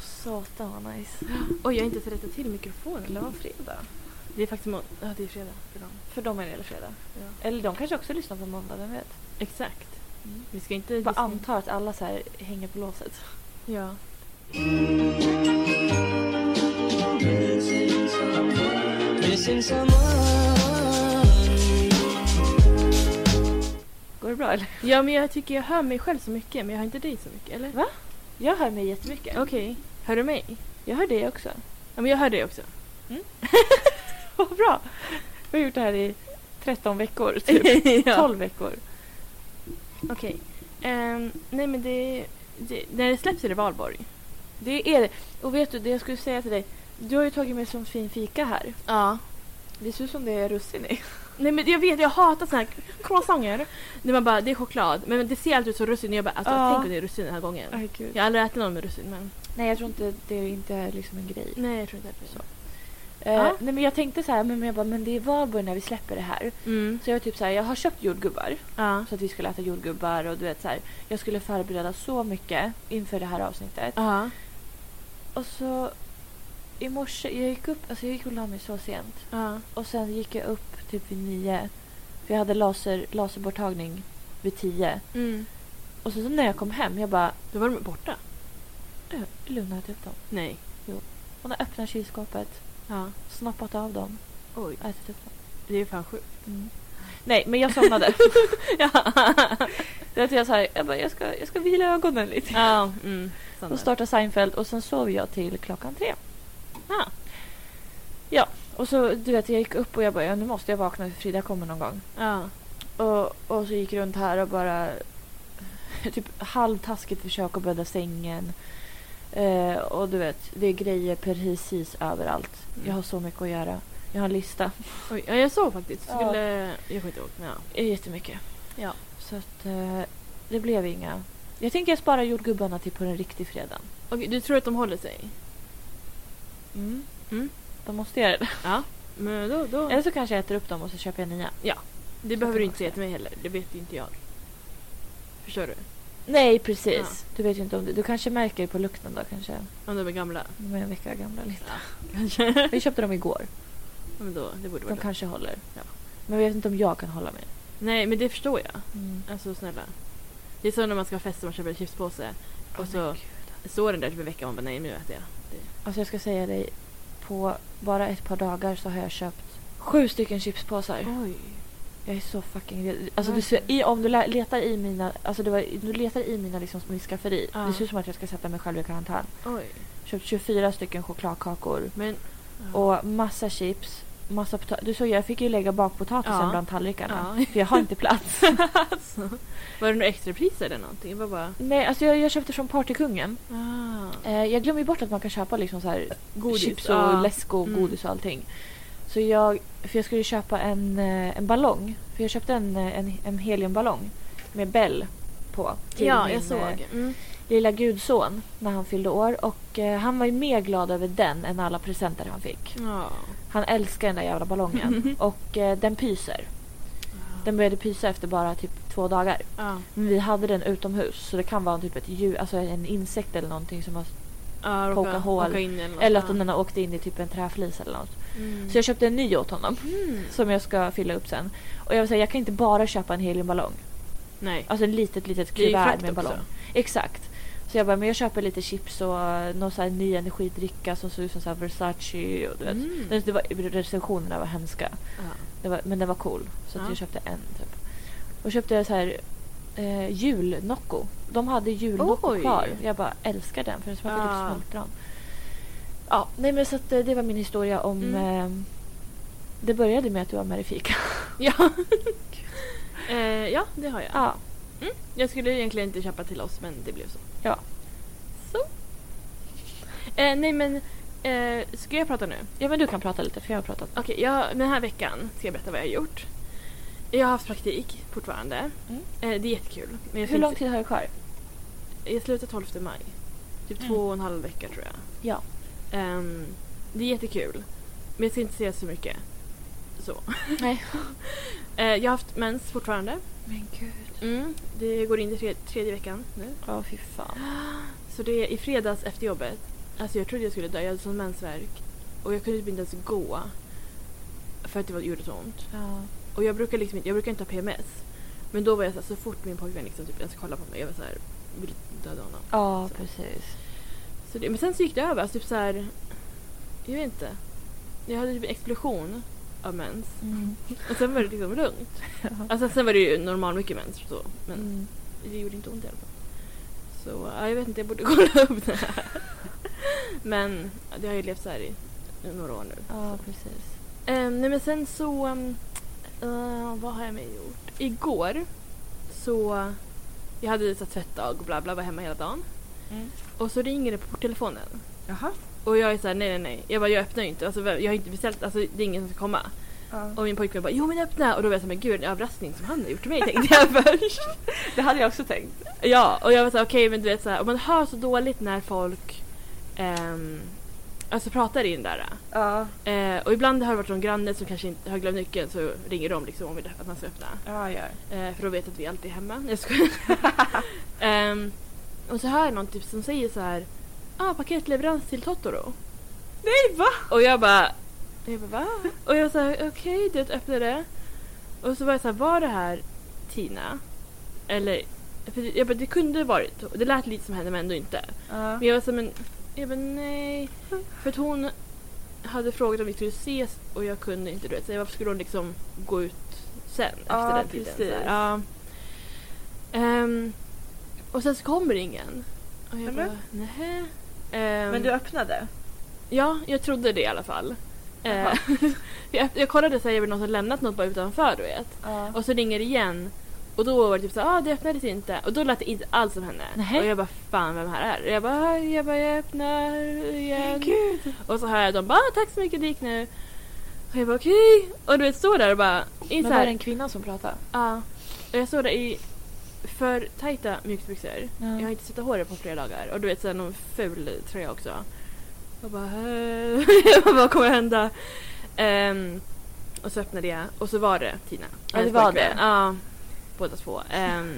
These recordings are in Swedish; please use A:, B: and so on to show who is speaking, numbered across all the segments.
A: Satan vad nice.
B: Oj, jag har inte ens rättat till mikrofonen.
A: Eller var fredag?
B: Det är faktiskt må- Ja, det är fredag för dem.
A: För dem är det eller fredag.
B: Ja.
A: Eller de kanske också lyssnar på måndag, vem vet?
B: Exakt.
A: Mm.
B: Vi ska inte...
A: Jag bara antar att alla så här hänger på låset.
B: Ja.
C: Missing someone.
A: Går det bra eller?
B: ja, men jag tycker jag hör mig själv så mycket, men jag hör inte dig så mycket, eller?
A: Va? Jag hör mig jättemycket.
B: Okej. Hör du mig?
A: Jag hör dig också.
B: Ja, men jag hör dig också.
A: Vad bra! Vi har gjort det här i 13 veckor, typ. 12 veckor.
B: Okej. Ehm, nej, men det, det... När det släpps är det valborg.
A: Det är det. Och vet du, det jag skulle säga till dig. Du har ju tagit med sån fin fika här.
B: Ja.
A: Det ser ut som det är russin i.
B: Nej men jag vet, jag hatar såna här croissanter. När man bara, det är choklad. Men det ser alltid ut som russin. Jag bara, alltså
A: Ja.
B: tänk om det är russin den här gången.
A: gud.
B: Jag har aldrig ätit någon med russin men...
A: Nej, jag tror inte det är inte är liksom en grej.
B: Nej jag tror inte det är
A: Så.
B: så.
A: Eh,
B: Mm. Ja.
A: Nej, men jag tänkte så här, men men jag bara, men det är valborg när vi släpper det här.
B: Mm.
A: Så jag var typ så här, jag har köpt jordgubbar.
B: Ja.
A: Så att vi skulle äta jordgubbar och du vet så här. Jag skulle förbereda så mycket inför det här avsnittet.
B: Ja.
A: Och så i morse, jag gick upp, alltså jag gick och la mig så sent.
B: Ja.
A: Och sen gick jag upp typ vid nio. För jag hade laser, laserborttagning vid tio.
B: Mm.
A: Och så när jag kom hem, jag bara,
B: Då var de borta.
A: "Ö, Luna har ätit upp dem.
B: Nej.
A: Hon har öppnat kylskåpet,
B: Ja.
A: snappat av dem
B: Oj.
A: och ätit upp dem.
B: Det är fan sjukt.
A: Mm. Nej, men jag somnade. Det var att jag, så här, jag, bara, jag, ska, jag ska vila ögonen lite.
B: Ja. Mm.
A: Då
B: Standard.
A: startade Seinfeld och sen sov jag till klockan tre.
B: Ah.
A: Ja, och så du vet jag gick upp och jag bara ja, nu måste jag vakna för Frida kommer någon gång.
B: Ja.
A: Och, och så gick jag runt här och bara typ halvtaskigt försökte bädda sängen. Eh, och du vet, det är grejer precis överallt.
B: Mm.
A: Jag har så mycket att göra. Jag har en lista.
B: Oj, ja, jag såg faktiskt.
A: Ja.
B: Skulle... Jag kommer inte ihåg. men Ja.
A: Det är jättemycket.
B: Ja.
A: Så att eh, det blev inga. Jag tänker jag sparar jordgubbarna till på den riktiga fredagen.
B: Okej, du tror att de håller sig?
A: Mm.
B: Mm.
A: Då måste jag göra det.
B: Ja. Men då... då.
A: Eller så kanske jag äter upp dem och så köper jag nya.
B: Det behöver du inte säga till mig heller. Det vet ju inte jag. Förstår du?
A: Nej, precis. Du vet ju inte om det. Du kanske märker på lukten då kanske.
B: Om de är gamla.
A: De är en vecka gamla lite.
B: Kanske.
A: Vi köpte dem igår.
B: Ja, Men då, det borde vara
A: De
B: lugnt.
A: kanske håller.
B: Ja.
A: Men jag vet inte om jag kan hålla mig.
B: Nej, men det förstår jag.
A: Mm.
B: Alltså snälla. Det är som när man ska ha fest och man köper en chipspåse. Och så står den där typ en vecka och man bara nej nu äter jag.
A: Alltså jag ska säga dig. På bara ett par dagar så har jag köpt sju stycken chipspåsar.
B: Oj.
A: Jag är så fucking red. Alltså du ser, i, om du lä- letar i mina, alltså det var, du letar i mina liksom mitt skafferi.
B: Ja.
A: Det ser ut som att jag ska sätta mig själv i karantän.
B: Oj.
A: Köpt 24 stycken chokladkakor.
B: Men...
A: Och massa chips. Massa pota- du såg jag fick ju lägga bakpotatisen
B: Ja.
A: bland tallrikarna.
B: Ja.
A: För jag har inte plats.
B: alltså, var det några extrapriser eller någonting? Det var bara...
A: Nej, alltså jag, jag köpte från Partykungen.
B: Ah.
A: Eh, jag glömmer ju bort att man kan köpa liksom så här
B: Godis,
A: chips och
B: ja.
A: läsk och
B: Mm.
A: godis och allting. Så jag, för jag skulle ju köpa en, eh, en ballong. För jag köpte en, eh, en, en heliumballong med Bell på. till
B: Ja,
A: min,
B: jag
A: eh,
B: såg. Mm.
A: lilla gudson när han fyllde år. Och eh, han var ju mer glad över den än alla presenter han fick.
B: Ja.
A: Han älskar den där jävla ballongen. och eh, den pyser. Den började pysa efter bara typ två dagar.
B: Ja.
A: Men vi hade den utomhus så det kan vara typ ett djur, alltså en insekt eller någonting som har
B: Ja, råka-
A: Poka hål.
B: åka in eller något.
A: Eller att
B: Ja.
A: den har åkt in i typ en träflis eller något.
B: Mm.
A: Så jag köpte en ny åt honom
B: Mm.
A: som jag ska fylla upp sen. Och jag vill säga, jag kan inte bara köpa en heliumballong.
B: Nej.
A: Alltså ett litet, litet
B: Det är ju
A: kuvert
B: frakt
A: med en ballong.
B: också.
A: Exakt. Så jag bara, men jag köper lite chips och eh, någon så här ny energidricka som såg ut som så här Versace och du vet.
B: Mm.
A: Det- Det var, recensionerna var hemska.
B: Ja.
A: Det var, men den var cool. Så att
B: Ja.
A: jag köpte en typ. Och köpte jag så här eh, julnocco. De hade julnocco
B: Oj. Ah.
A: kvar. Jag bara älskar den för den smakar
B: Ja.
A: typ smultron. Ja, nej men så att eh, det var min historia om...
B: Mm.
A: Eh, det började med att du var med i fika.
B: Ja. eh, ja, det har jag.
A: ja.
B: Mm. Jag skulle egentligen inte köpa till oss men det blev så.
A: Ja.
B: Så. Eh, nej men, eh, ska jag prata nu?
A: ja, men du kan prata lite för jag har pratat.
B: Okej, jag- den här veckan ska jag berätta vad jag har gjort. Jag har haft praktik fortfarande.
A: Mm.
B: Eh, det är jättekul. Men jag
A: Hur lång
B: tänkte-
A: tid har du kvar?
B: Jag slutar 12 maj. Typ
A: Mm.
B: två och en halv vecka tror jag.
A: Ja.
B: Ehm, det är jättekul. Men jag ska inte säga så mycket. Så.
A: Nej.
B: Eh, jag har haft mens fortfarande.
A: Men gud.
B: Mm. Det går in i tre, tredje veckan nu.
A: Ja, fy fan.
B: Så det är i fredags efter jobbet Alltså jag trodde jag skulle dö, jag hade sån mensvärk. Och jag kunde typ inte ens gå. För att det var- gjorde så ont.
A: Ja.
B: Och jag brukar, liksom, inte- jag brukar inte ha PMS. Men då var jag så, här, så fort min pojkvän liksom typ ens kollade på mig, jag var så här, ville döda honom.
A: Ja,
B: Så.
A: precis.
B: Så det, men sen så gick det över. Alltså typ så här, jag vet inte. Jag hade typ en explosion av mens.
A: Mm.
B: Och sen var det liksom lugnt. Alltså sen var det ju normal mycket mens så. Men
A: Mm.
B: det gjorde inte ont i alla fall. Så ja, jag vet inte, jag borde kolla upp det här. Men ja, det har ju levt så här i några år nu.
A: Ja, precis.
B: Ehm, nej men sen så, ehm, eh, vad har jag med gjort? Igår så, jag hade så här tvättdag och bla bla, var hemma hela dagen.
A: mm.
B: Och så ringer det på telefonen.
D: Jaha.
B: Och jag är såhär, nej nej nej. Jag bara, jag öppnar ju inte. Alltså, jag har inte beställt, alltså det är ingen som ska komma.
D: Ja.
B: Och min pojkvän bara, jo men öppna! Och då var jag såhär, men gud en överraskning som han har gjort till mig tänkte jag först.
D: Det hade jag också tänkt.
B: Ja, och jag var såhär, okej men du vet såhär, och man hör så dåligt när folk ehm, alltså pratar i den där.
D: Ja.
B: Eh, och ibland har det varit någon granne som kanske inte har glömt nyckeln så ringer de liksom om att man ska öppna.
D: Ja, ja.
B: Eh, för de vet att vi alltid är hemma. Jag skojar. Ehm, och så hör jag någon typ som säger så här, ah paketleverans till Totoro.
D: Nej, va?
B: Och jag bara... Jag bara va? Och jag sa okej, du vet, öppnade. Och så var jag så här, var det här Tina? Eller... För det- jag bara, det kunde ha varit. Det lät lite som henne men ändå inte.
D: Ja.
B: Men jag var så här, men... Jag bara nej. För att hon hade frågat om vi skulle ses och jag kunde inte. Du vet. Så jag, varför skulle hon liksom gå ut sen? Efter
D: Ja,
B: den tiden. Så här,
D: precis.
B: ja. Ehm, och sen så kommer ingen. Och jag
D: Men-
B: bara nähä. Ehm,
D: Men du öppnade?
B: Ja, jag trodde det i alla fall. Eh,
D: Jaha.
B: jag, jag kollade så här, är det någon som lämnat något bara utanför du vet.
D: Ja.
B: Och så ringer det igen. Och då var det typ så ah det öppnades inte. Och då lät det inte alls som henne.
A: Nähä.
B: Och jag bara fan vem här är? Och Jag bara, "Ah, jag bara jag öppnar igen.
D: Gud.
B: Och så hör jag dem bara ah, tack så mycket det gick nu. Och jag bara okej. Och du vet står där och bara. I
A: Men
B: så
A: var det
B: här,
A: en kvinna som pratade?
B: ja. Och jag står där i för tajta mjukisbyxor.
A: Ja.
B: Jag har inte suttit håret på flera dagar. Och du vet, så här, någon ful tröja också. Jag bara, "Eh." vad kommer hända? Ehm, och så öppnade jag och så var det Tina.
A: Ja, det
B: Hennes
A: var
B: pojkvän.
A: det.
B: Ja, båda två. Ehm,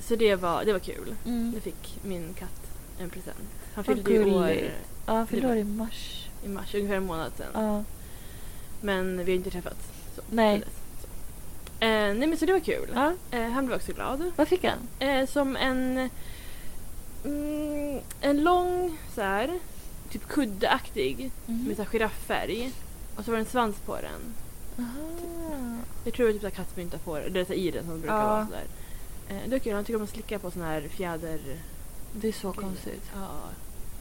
B: så det var, det var kul. Nu
A: Mm.
B: fick min katt en present. Han
A: Vad
B: fyllde ju år
A: gulligt. Ja, han fyllde år i mars.
B: i mars, ungefär en månad sedan.
A: Ja.
B: Men vi har inte träffats. Så,
A: Nej.
B: sedan dess. Så. Eh, nej men så det var kul.
A: Ja.
B: Eh, han blev också glad.
A: Vad fick han?
B: Eh, som en... Mm, en lång så här, typ kuddeaktig
A: Mhm.
B: med så här, girafffärg. Och så var det en svans på den.
A: Aha.
B: Jag tror det var typ så här kattmynta på den. Eller så här, i den som det brukar
D: Ja.
B: vara. Så där. Eh, det var kul. Han tycker om att slicka på sån här fjäder...
A: Det är så konstigt.
B: Ja.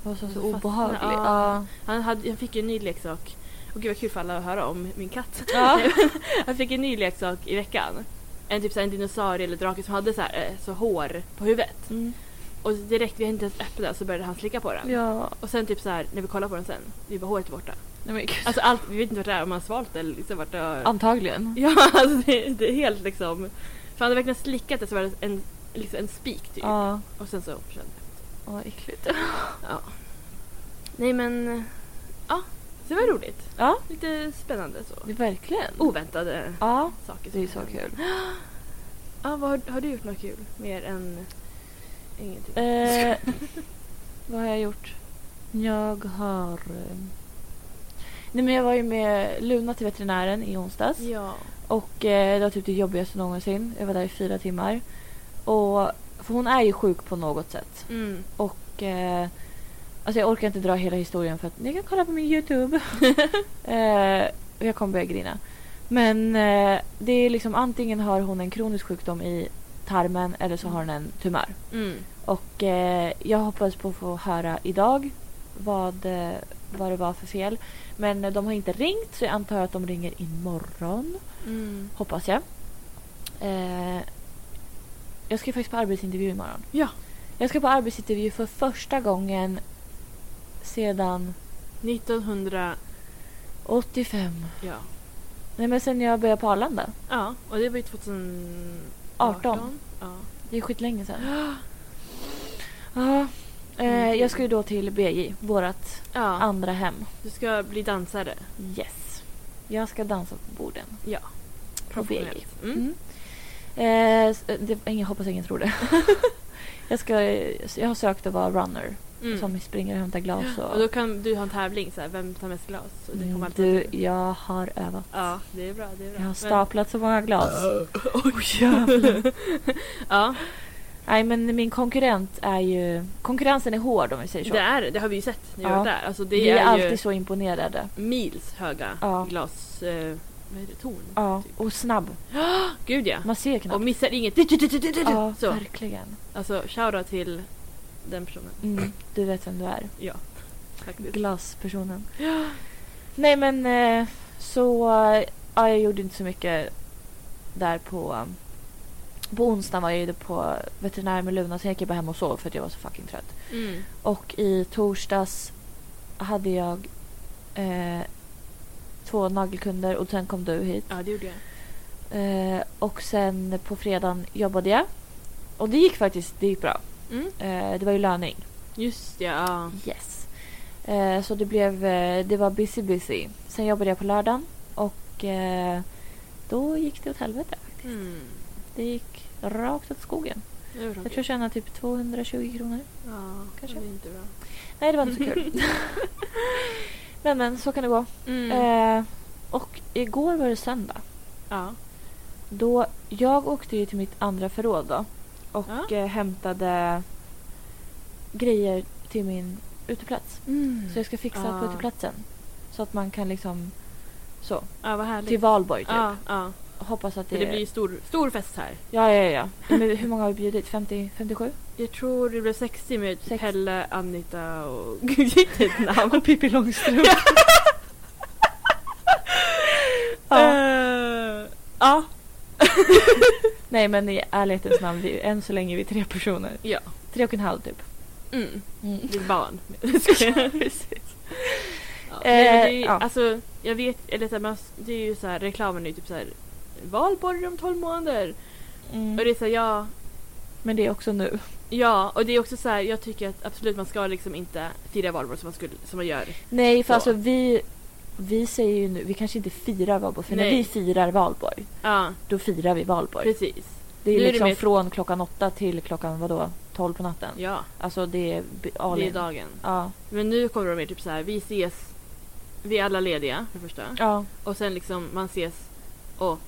A: Det var så, så
B: Fastna-
A: obehagligt.
B: ja.
A: Ja.
B: Han, hade, han fick ju en ny leksak. Och gud vad kul för alla att höra om min katt.
A: Ja.
B: han fick en ny leksak i veckan. En typ så här, en dinosaurie eller drake som hade så, här, eh, så hår på huvudet.
A: Mm.
B: Och direkt vi inte ens öppnade så började han slicka på den.
A: Ja.
B: Och sen typ så här, när vi kollar på den sen, vi bara håret är borta.
A: Nej, men gud.
B: Alltså allt, vi vet inte vart det är, om han har svalt det eller liksom vart det har...
A: Antagligen.
B: Ja, alltså det, det är helt liksom... För han hade verkligen slickat det så var det en, liksom en spik typ.
A: Ja.
B: Och sen så försvann det.
A: Åh, vad äckligt.
B: Ja. Nej men... Ja, så det var roligt.
A: Ja.
B: Lite spännande så.
A: Det är verkligen.
B: Oväntade
A: Ja.
B: saker.
A: Det är
B: som
A: så
B: händer.
A: kul.
B: Ja, vad har, har du gjort något kul? Mer än ingenting?
A: Eh, vad har jag gjort? Jag har... eh, Nej, men jag var ju med Luna till veterinären i onsdags.
B: Ja.
A: Och eh, det var typ det jobbigaste någonsin. Jag var där i fyra timmar. Och, för hon är ju sjuk på något sätt.
B: Mm.
A: Och... Eh, alltså jag orkar inte dra hela historien för att ni kan kolla på min YouTube. eh, och jag kommer börja grina. Men eh, det är liksom antingen har hon en kronisk sjukdom i tarmen eller så har hon en tumör.
B: Mm.
A: Och eh, jag hoppades på att få höra idag vad, eh, vad det var för fel. Men eh, de har inte ringt så jag antar att de ringer imorgon.
B: Mm.
A: Hoppas jag. Eh, jag ska ju faktiskt på arbetsintervju imorgon.
B: Ja.
A: Jag ska på arbetsintervju för första gången sedan
B: 1900...
A: 85.
B: Ja.
A: Nej men sen jag började på Arlanda.
B: Ja, och det var ju 2018.
A: 18.
B: Ja.
A: Det är skitlänge sedan. Ja. Eh, jag ska ju då till BJ, vårat
B: Mm. ja.
A: andra hem.
B: Du ska bli dansare.
A: Yes. Jag ska dansa på borden.
B: Ja.
A: På BJ.
B: Professionellt. Mm.
A: Mm. Eh, s- det, ingen, hoppas ingen tror det. jag, ska, jag har sökt att vara runner
B: Mm.
A: som springer och hämtar glas. Och,
B: Och då kan du ha en tävling, så här, vem tar mest glas? Och det kommer
A: Mm,
B: alltid
A: du, jag har övat.
B: Ja, det är bra. Det är bra.
A: Jag har
B: Men-
A: staplat så många glas.
B: Oj, jävlar. ja,
A: Nej men min konkurrent är ju... Konkurrensen är hård om vi säger så.
B: det är det. Det har vi ju sett när vi
A: Ja.
B: var där. Alltså, det
A: vi är,
B: är, ju
A: alltid så imponerade.
B: mils höga
A: Ja.
B: glas... Eh, vad heter det? Torn?
A: Ja,
B: Typ.
A: och snabb.
B: Gud ja.
A: Man ser knappt.
B: Och missar inget.
A: Ja,
B: Så.
A: verkligen.
B: Alltså, shoutout till den personen.
A: Mm, du vet vem du är.
B: Faktiskt.
A: Glaspersonen. Nej men eh, så... eh, Ja, jag gjorde inte så mycket där på... På onsdagen var jag ju på veterinär med Luna så jag gick bara hem och sov för att jag var så fucking trött.
B: Mm.
A: Och i torsdags hade jag eh, två nagelkunder och sen kom du hit.
B: Ja, det gjorde jag.
A: Eh, och sen på fredagen jobbade jag. Och det gick faktiskt det gick bra.
B: Mm.
A: Eh, det var ju löning.
B: Just det, ja.
A: Yes. Eh, så det blev eh, det var busy busy. Sen jobbade jag på lördagen och eh, då gick det åt helvete. faktiskt.
B: Mm.
A: Det gick rakt åt skogen.
B: Det var
A: Jag tror jag tjänade typ 220 kronor.
B: Ja,
A: Kanske.
B: det är inte bra.
A: Nej, det var inte så kul. men men, så kan det gå.
B: Mm.
A: Eh, och igår var det söndag.
B: Ja.
A: Då, jag åkte ju till mitt andra förråd då och
B: Ja.
A: eh, hämtade grejer till min uteplats. Så jag ska fixa
B: Ah.
A: på uteplatsen. Så att man kan liksom så.
B: Ja, vad härligt.
A: Till valborg typ.
B: Ja, ja.
A: Hoppas att
B: För
A: det,
B: det blir ju stor, stor fest här.
A: Ja, ja, ja. Men hur många har vi bjudit? 50, 57?
B: Jag tror det blev 60 med
A: Sex.
B: Pelle, Anita och... Gud, gick det ett namn?
A: Och Pippi Långstrump. ja.
B: Eh, ja.
A: Nej men i ärlighetens namn, det är ju än så länge vi är tre personer.
B: Ja.
A: Tre och en halv typ.
B: Mm.
A: Mm.
B: Ditt barn. Ja.
A: Eh,
B: Nej, men det är ju,
A: ja.
B: Alltså, jag vet... Eller så här, man, det är ju så här, reklamen är ju typ så här... Valborg om 12 månader.
A: Mm.
B: Och det är så här, ja...
A: Men det är också nu.
B: Ja, och det är också så här, jag tycker att absolut man ska liksom inte fira valborg som man, skulle, som man gör.
A: Nej, för
B: Så.
A: alltså vi, vi säger ju nu, vi kanske inte firar valborg. För när
B: Nej.
A: vi firar valborg,
B: Ja,
A: då firar vi valborg.
B: precis.
A: Det är
B: Nu är det
A: liksom
B: mer-
A: från klockan åtta till klockan vadå, tolv på natten.
B: Ja,
A: Alltså det är b- all
B: det är
A: in.
B: dagen.
A: Ja.
B: Men nu kommer de mer typ så här, vi ses, vi är alla lediga för det första.
A: Ja.
B: Och sen liksom man ses och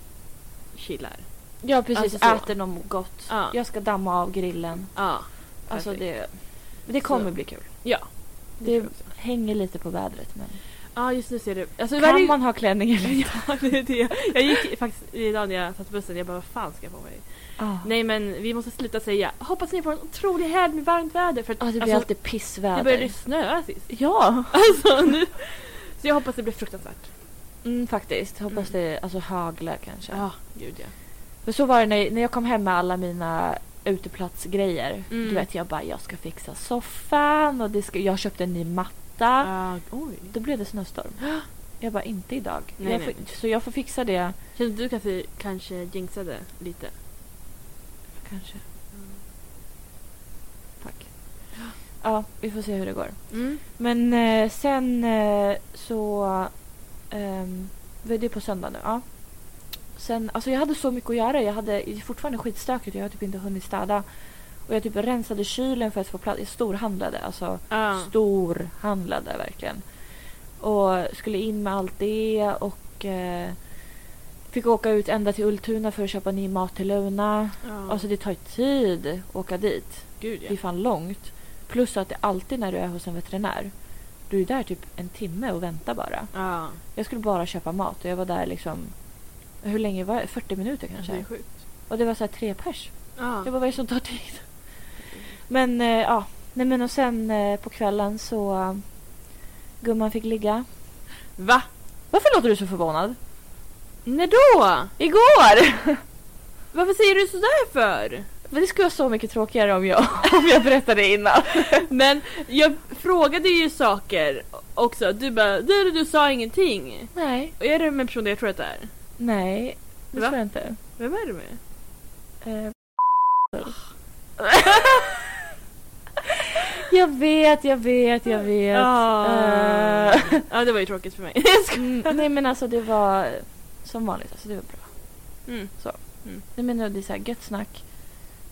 B: chillar.
A: ja, precis.
B: Alltså så.
A: Äter något gott.
B: Ja.
A: Jag ska damma av grillen.
B: Ja,
A: Alltså
B: Perfekt.
A: det, det kommer
B: Så.
A: bli kul.
B: ja. Det
A: Det-
B: tror jag också.
A: Hänger lite på vädret men...
B: Ja, just nu ser det... Alltså,
A: kan
B: varje...
A: man ha klänning eller inte?
B: Ja, det är det. Jag gick faktiskt idag när jag satt på bussen, jag bara vad fan ska jag på mig?
A: Ja.
B: Nej men vi måste sluta säga hoppas ni får en otrolig helg med varmt väder för att
A: Ja, det blir
B: alltså,
A: alltid pissväder.
B: det började ju snöa sist.
A: Ja,
B: Alltså, nu... Så jag hoppas det blir fruktansvärt.
A: mm, faktiskt. Hoppas det alltså haglar kanske.
B: Ja, gud ja.
A: För så var det när, när jag kom hem med alla mina uteplatsgrejer.
B: Mm.
A: Du vet, jag bara jag ska fixa soffan och det ska, jag köpte en ny matta.
B: Ah, oj.
A: Då blev det snöstorm. Jag bara inte idag.
B: Nej,
A: jag
B: nej.
A: får, så jag får fixa det
B: Känns du kanske, kanske jinxade lite?
A: kanske. Tack. Ja, vi får se hur det går.
B: Mm.
A: Men eh, sen eh, så... ehm, vad är det på söndag nu? Ja. Sen, alltså jag hade så mycket att göra. Jag hade det är fortfarande skitstökigt. Jag har typ inte hunnit städa. Och jag typ rensade kylen för att få plats. Jag storhandlade. Alltså
B: Ah.
A: storhandlade verkligen. Och skulle in med allt det och eh, fick åka ut ända till Ultuna för att köpa ny mat till Luna.
B: Ja.
A: Alltså det tar ju tid att åka dit.
B: Gud
A: Det är fan långt. Plus att det alltid när du är hos en veterinär, du är där typ en timme och väntar bara.
B: Ja.
A: Jag skulle bara köpa mat och jag var där liksom, hur länge var jag? 40 minuter kanske?
B: Det är sjukt.
A: Och det var så här tre pers.
B: Ja.
A: Jag bara, vad är det som tar tid? Men eh, ja, nej men och sen eh, på kvällen så eh, gumman fick ligga.
B: Va?
A: Varför låter du så förvånad?
B: När då?
A: Igår!
B: Varför säger du sådär för?
A: Men det skulle vara så mycket tråkigare om jag, om jag berättade innan.
B: Men jag frågade ju saker också. Du bara, du, du sa ingenting.
A: Nej,
B: Och är det med personen jag tror att det är?
A: nej, det
B: Va?
A: tror jag inte.
B: Vem är det med?
A: Eh, jag vet, jag vet, jag vet.
B: Ah.
A: Eh,
B: Ja, det var ju tråkigt för mig.
A: mm, nej men alltså det var som vanligt, alltså det var bra.
B: Mm.
A: Jag menar det är så här gött snack.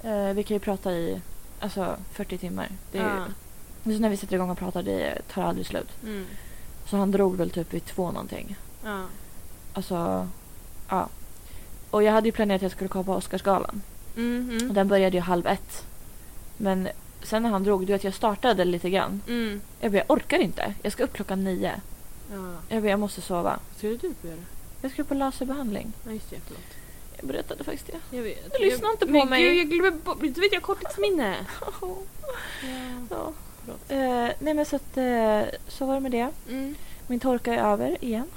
A: Eh, vi kan ju prata i alltså 40 timmar. Det är
B: Ja.
A: ju Men så när vi sätter igång och pratar, det tar aldrig slut.
B: Mm.
A: Så han drog väl typ vid två någonting.
B: Ja.
A: Alltså, ja. Och jag hade ju planerat att jag skulle kolla på Oscarsgalan.
B: Mm,
A: Och
B: mm.
A: den började ju halv ett. Men sen när han drog, du vet jag startade lite grann.
B: Mm.
A: Jag bara, jag orkar inte. Jag ska upp klockan nio.
B: Ja.
A: Jag bara, jag måste sova.
B: Vad skulle du på göra?
A: Jag ska på laserbehandling.
B: Ja, just det. Förlåt.
A: Jag berättade faktiskt det.
B: Jag vet.
A: Du lyssnar
B: jag,
A: inte på
B: men
A: mig.
B: Gud, jag glömmer bort. Du vet, jag har korttidsminne.
A: Ja.
B: Förlåt.
A: Eh, nej men så att, eh, så var det med det.
B: Mm.
A: Min torka är över igen.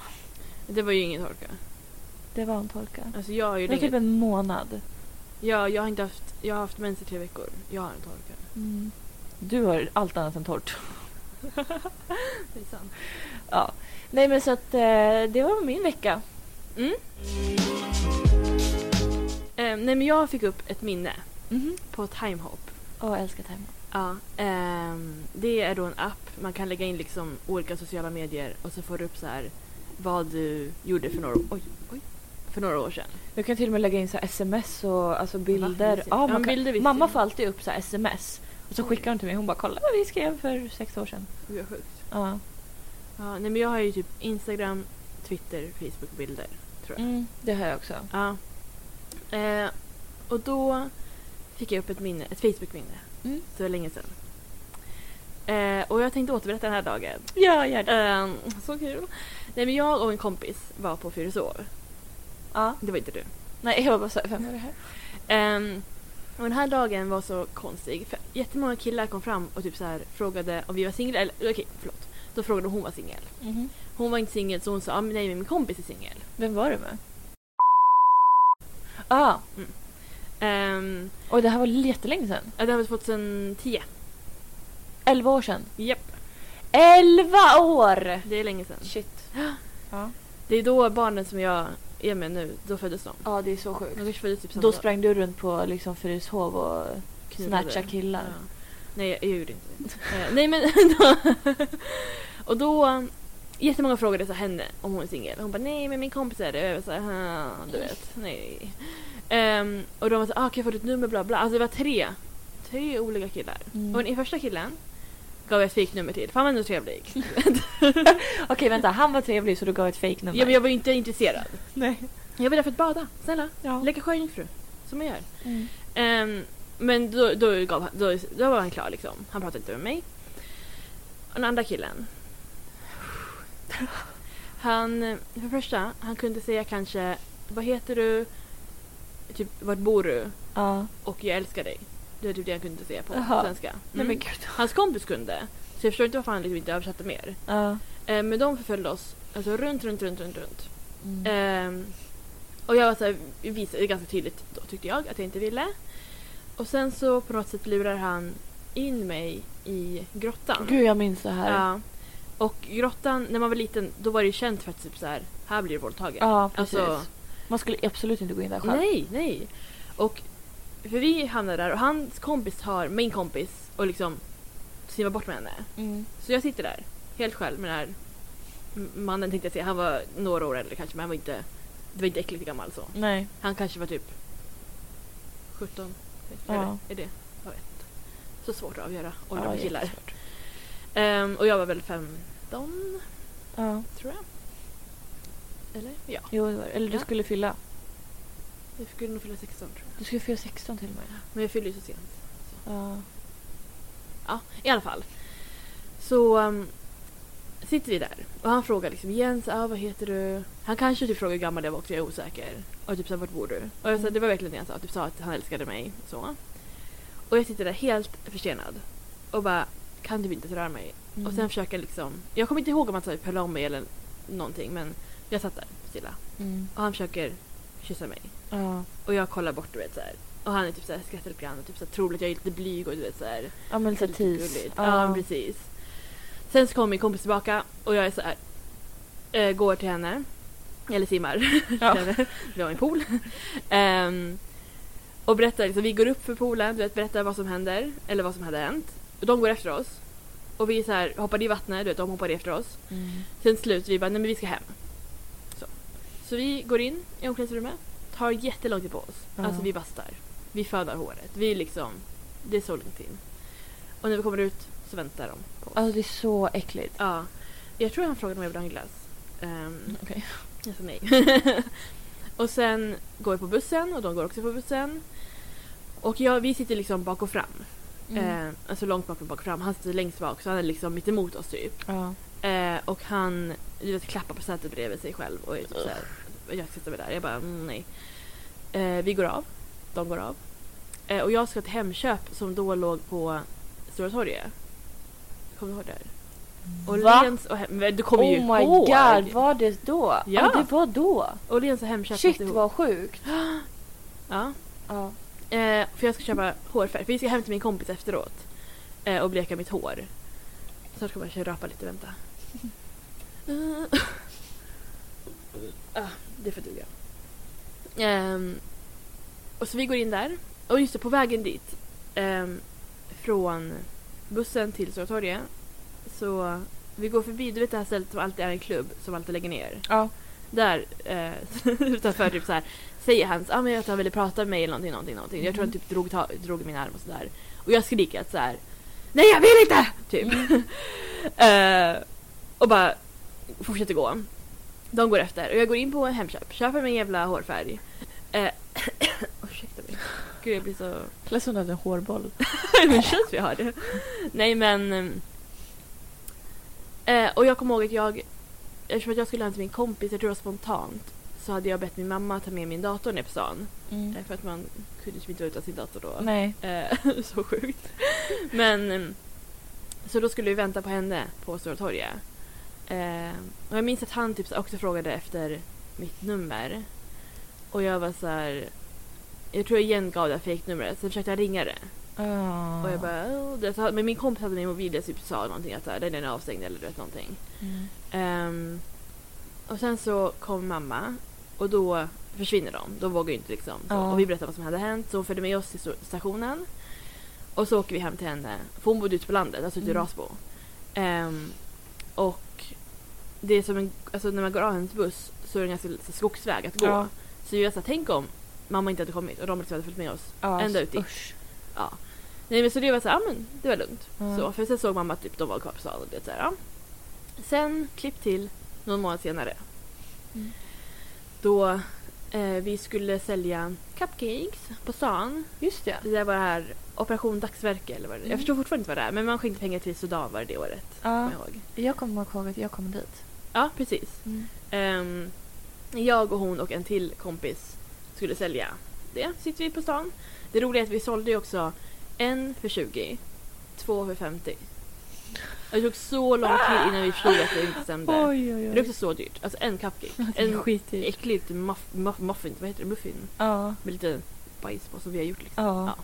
B: Det var ju ingen torka.
A: Det var en torka.
B: Alltså, jag har ju
A: Det var
B: länge...
A: typ en månad.
B: ja, jag har inte haft... Jag har haft mens i tre veckor. Jag har en torka.
A: Mm. Du har allt annat än torrt.
B: Det är sant.
A: Ja. Nej men så att eh, det var min vecka.
B: Mm. Eh, nej, men jag fick upp ett minne
A: Mhm.
B: på timehop.
A: Åh, jag älskar Time.
B: Ja, ehm, det är då en app. Man kan lägga in liksom olika sociala medier och så får du upp så här vad du gjorde för några, oj, oj, för några år sedan.
A: Du kan till och med lägga in så här sms och alltså
B: Va?
A: bilder.
B: Visst.
A: Ja, man
B: Ja,
A: kan,
B: bilder visst.
A: mamma får alltid upp så här sms. Och så
B: Oj.
A: skickar hon till mig. Hon bara kolla vad vi skrev för sex år sedan.
B: Gud, vad sjukt.
A: Ja.
B: Ja, nej, men jag har ju typ Instagram, Twitter, Facebook-bilder.
A: Mm, det har jag också.
B: Ja. Eh, och då fick jag upp ett minne, ett Facebook-minne.
A: Mm.
B: Så det var länge sedan. Eh, och jag tänkte återberätta den här dagen.
A: Ja, gör det.
B: Ehm, så kul. Nej, men jag och en kompis var på Fyrishov.
A: Ja.
B: Det var inte du.
A: Nej, jag var bara så här, vem är det här?
B: Ehm, och den här dagen var så konstig. För jättemånga killar kom fram och typ så här frågade om vi var singlar. Eller okej, förlåt. Då frågade de om hon var singel.
A: Mm-hmm.
B: Hon var inte singel så hon sa ah, men nej men min kompis är singel.
A: Vem var du med? Ja,
B: Ehm,
A: och det här var jättelänge sedan.
B: ja, det här var 2010.
A: 11 år sedan.
B: Japp,
A: 11 år!
B: det är länge sedan.
A: Shit.
B: Det är då barnen som jag är med nu, då föddes de.
A: Ja, det är så
B: De
A: sjukt.
B: kanske föddes typ samma
A: Då
B: dag.
A: sprang du runt på liksom Fyrishov och
B: Knullade.
A: snatcha killar.
B: Ja. Nej, jag, jag gjorde inte det. Eh, Nej, men då, Och då... Jättemånga frågade så henne om hon är singel. Hon bara nej men min kompis är det. Och jag var så här, "Ah, du vet, nej. Ehm, och de var så ah, kan jag få ditt nummer bla bla. Alltså det var tre. Tre olika killar.
A: Mm.
B: Och den första killen gav jag ett fejknummer till. Fan vad nu trevlig.
A: Okej vänta, han var trevlig så du gav ett fake nummer.
B: ja, men jag var ju inte intresserad.
A: Nej.
B: Jag var där för att bada. Snälla,
A: Ja.
B: leka sjöjungfru. Som jag gör.
A: Mm.
B: Ehm, men då, då, gav, han- då, då var han klar liksom. Han pratade inte med mig. Och den andra killen. Han, eh, för det första, han kunde säga kanske vad heter du, typ vart bor du
A: Ja.
B: och jag älskar dig. Det var typ det han kunde säga på
A: Jaha.
B: svenska.
A: Nej
B: Mm.
A: men gud.
B: Hans kompis kunde. Så jag förstår inte varför han liksom inte översatte mer.
A: Ja.
B: Eh, men de förföljde oss alltså, runt, runt, runt, runt, runt. Ehm, och jag var så här, visade ganska tydligt då tyckte jag att jag inte ville. Och sen så på något sätt lurar han in mig i grottan.
A: Gud jag minns det här.
B: Ja. Och grottan, när man var liten, då var det ju känt för att typ så här, här blir du våldtagen.
A: Ja, precis.
B: Alltså-
A: Man skulle absolut inte gå in där själv.
B: nej, nej. Och för vi hamnade där och hans kompis tar min kompis och liksom slimmar bort med henne.
A: Mm.
B: Så jag sitter där helt själv med den här m- mannen tänkte jag säga. Han var några år äldre kanske men han var inte, det var inte äckligt gammal så.
A: Nej.
B: Han kanske var typ 17.
A: Ja.
B: Eller, är det? Jag vet inte. Så svårt att avgöra ålder
A: Ja,
B: på killar.
A: jättesvårt.
B: Ehm, och jag var väl 15
A: Ja.
B: tror jag. Eller? Ja.
A: Jo, det var, det. eller du
B: Ja.
A: skulle fylla.
B: Jag skulle nog fylla 16 tror jag.
A: Du skulle fylla 16 till och med.
B: Men jag fyllde ju så sent.
A: Ja.
B: Ja, i alla fall. Så ehm, sitter vi där och han frågar liksom Jens, ah, vad heter du? Han kanske typ frågar hur gammal jag var också, jag är osäker. Och typ såhär, vart bor du? Och jag sa,
A: Mm.
B: det var verkligen det han sa, typ sa att han älskade mig. Så. Och jag sitter där helt förstenad och bara, kan du inte röra mig?
A: Mm.
B: Och sen försöker jag liksom, jag kommer inte ihåg om han sa typ, höll om mig eller någonting men jag satt där stilla.
A: Mm.
B: Och han försöker kyssa mig.
A: Ja.
B: Och jag kollar bort du vet såhär. Och han är typ såhär, skrattar lite grann och typ såhär, tror att jag är lite blyg och du vet såhär.
A: Ja men lite
B: Lite
A: tis.
B: gulligt. Ja, precis. Sen så kommer min kompis tillbaka och jag är så här, eh, går till henne. Eller simmar.
A: Ja.
B: Vi har en pool. Ehm, och berättar, liksom, vi går upp för poolen, du vet, berättar vad som händer. Eller vad som hade hänt. Och de går efter oss. Och vi så här, hoppade i vattnet, du vet, de hoppade efter oss.
A: Mm.
B: Sen till slut, vi bara, nej men vi ska hem. Så, så vi går in i omklädningsrummet. Tar jättelång tid på oss.
A: Ja.
B: Alltså vi bastar. Vi födar håret. Vi liksom, det är så långt in. Och när vi kommer ut så väntar de på oss.
A: Alltså det är så äckligt.
B: Ja. Jag tror han frågade om jag ville ha en glass. Ehm,
A: Okej.
B: jag sa nej. och sen går vi på bussen och de går också på bussen. Och jag, vi sitter liksom bak och fram.
A: Mm.
B: Ehm, alltså långt bak och bak och fram. Han sitter längst bak så han är liksom mitt emot oss typ.
A: Ja.
B: Eh, och han du vet, klappar på sätet bredvid sig själv och är typ såhär, jag sätter mig där. Jag bara mm, nej. Eh, vi går av. De går av. Eh, och jag ska till Hemköp som då låg på Stora torget. Kommer du ihåg där? Åhléns och Hem- men Du kommer ju
A: Oh my
B: ihåg!
A: god, var det då?
B: Ja.
A: Ja, det var då.
B: Åhléns och Hemköp
A: Shit
B: satt ihop.
A: vad sjukt.
B: Ja.
A: Ja.
B: Eh, för jag ska köpa hårfärg. För vi ska hem till min kompis efteråt. Eh, och bleka mitt hår. Snart kommer jag köra rapa lite, vänta. Eh, ah, det får duga. Ehm, och så vi går in där. Och just det, på vägen dit. ehm, från bussen till Stora torget. Så vi går förbi, du vet det här stället som alltid är en klubb som alltid lägger ner.
A: Ja.
B: Där eh, utanför typ så här säger han ah, men jag tror han ville prata med mig eller någonting, någonting, någonting. Jag tror han typ drog, ta, drog min arm och sådär. Och jag skriker att så här. Nej jag vill inte! Typ. Eh, och bara fortsätter gå. De går efter och jag går in på Hemköp, köper mig en jävla hårfärg. Eh, ursäkta mig. Gud jag blir så...
A: Lät som du hade en hårboll.
B: det känns vi har det. Nej men... Eh, och jag kommer ihåg att jag, eftersom att jag skulle hem till min kompis, jag tror det var spontant, så hade jag bett min mamma ta med min dator ner på stan.
A: Mm.
B: Eh, För att man kunde typ inte vara utan sin dator då.
A: Nej.
B: Eh, så sjukt. Men eh, så då skulle vi vänta på henne på Stora torget. Eh, och jag minns att han typ också frågade efter mitt nummer. Och jag var så här. Jag tror jag igen gav det här fejknumret, sen försökte jag ringa det.
A: Ja.
B: Och jag bara, "Åh", det, så, men min kompis hade min mobil, jag typ sa någonting att så här, den är avstängd eller du vet någonting.
A: Mm.
B: Ehm, och sen så kom mamma och då försvinner de. De vågar ju inte liksom. Så,
A: Ja.
B: Och vi berättar vad som hade hänt. Så hon följde med oss till sto- stationen. Och så åker vi hem till henne. För hon bodde ute på landet, alltså ute i
A: Mm.
B: Rasbo. Ehm, och det är som en, alltså när man går av hennes buss så är det en ganska så, skogsväg att gå.
A: Ja.
B: Så jag sa, tänk om mamma inte hade kommit och de liksom hade följt med oss.
A: Ja,
B: Ända ut dit.
A: usch.
B: Ja. Nej men så det var så här, ja men det var lugnt.
A: Mm.
B: Så, för sen såg mamma att typ, de var kvar på stan och det så här, ja. Sen, klipp till, någon månad senare.
A: Mm.
B: Då eh, vi skulle sälja cupcakes på stan.
A: Just det.
B: Det där var det här Operation Dagsverke eller vad det Jag
A: Mm.
B: förstår fortfarande inte vad det är men man skänkte pengar till Sudan var det det året.
A: Ja.
B: Kommer jag ihåg.
A: Jag kommer ihåg att jag kom dit.
B: Ja precis. Ehm, jag och hon och en till kompis skulle sälja det. Sitter vi på stan. Det roliga är att vi sålde ju också en för 20, två för 50. Och Det tog så lång tid innan vi förstod att det inte stämde.
A: Oj, oj,
B: Det är också så dyrt. Alltså en cupcake.
A: Det är
B: En
A: skitdyrt.
B: äcklig typ muff, muff, muffin, vad heter det? Muffin?
A: Ja.
B: Med lite bajs på som vi har gjort liksom.
A: Ja.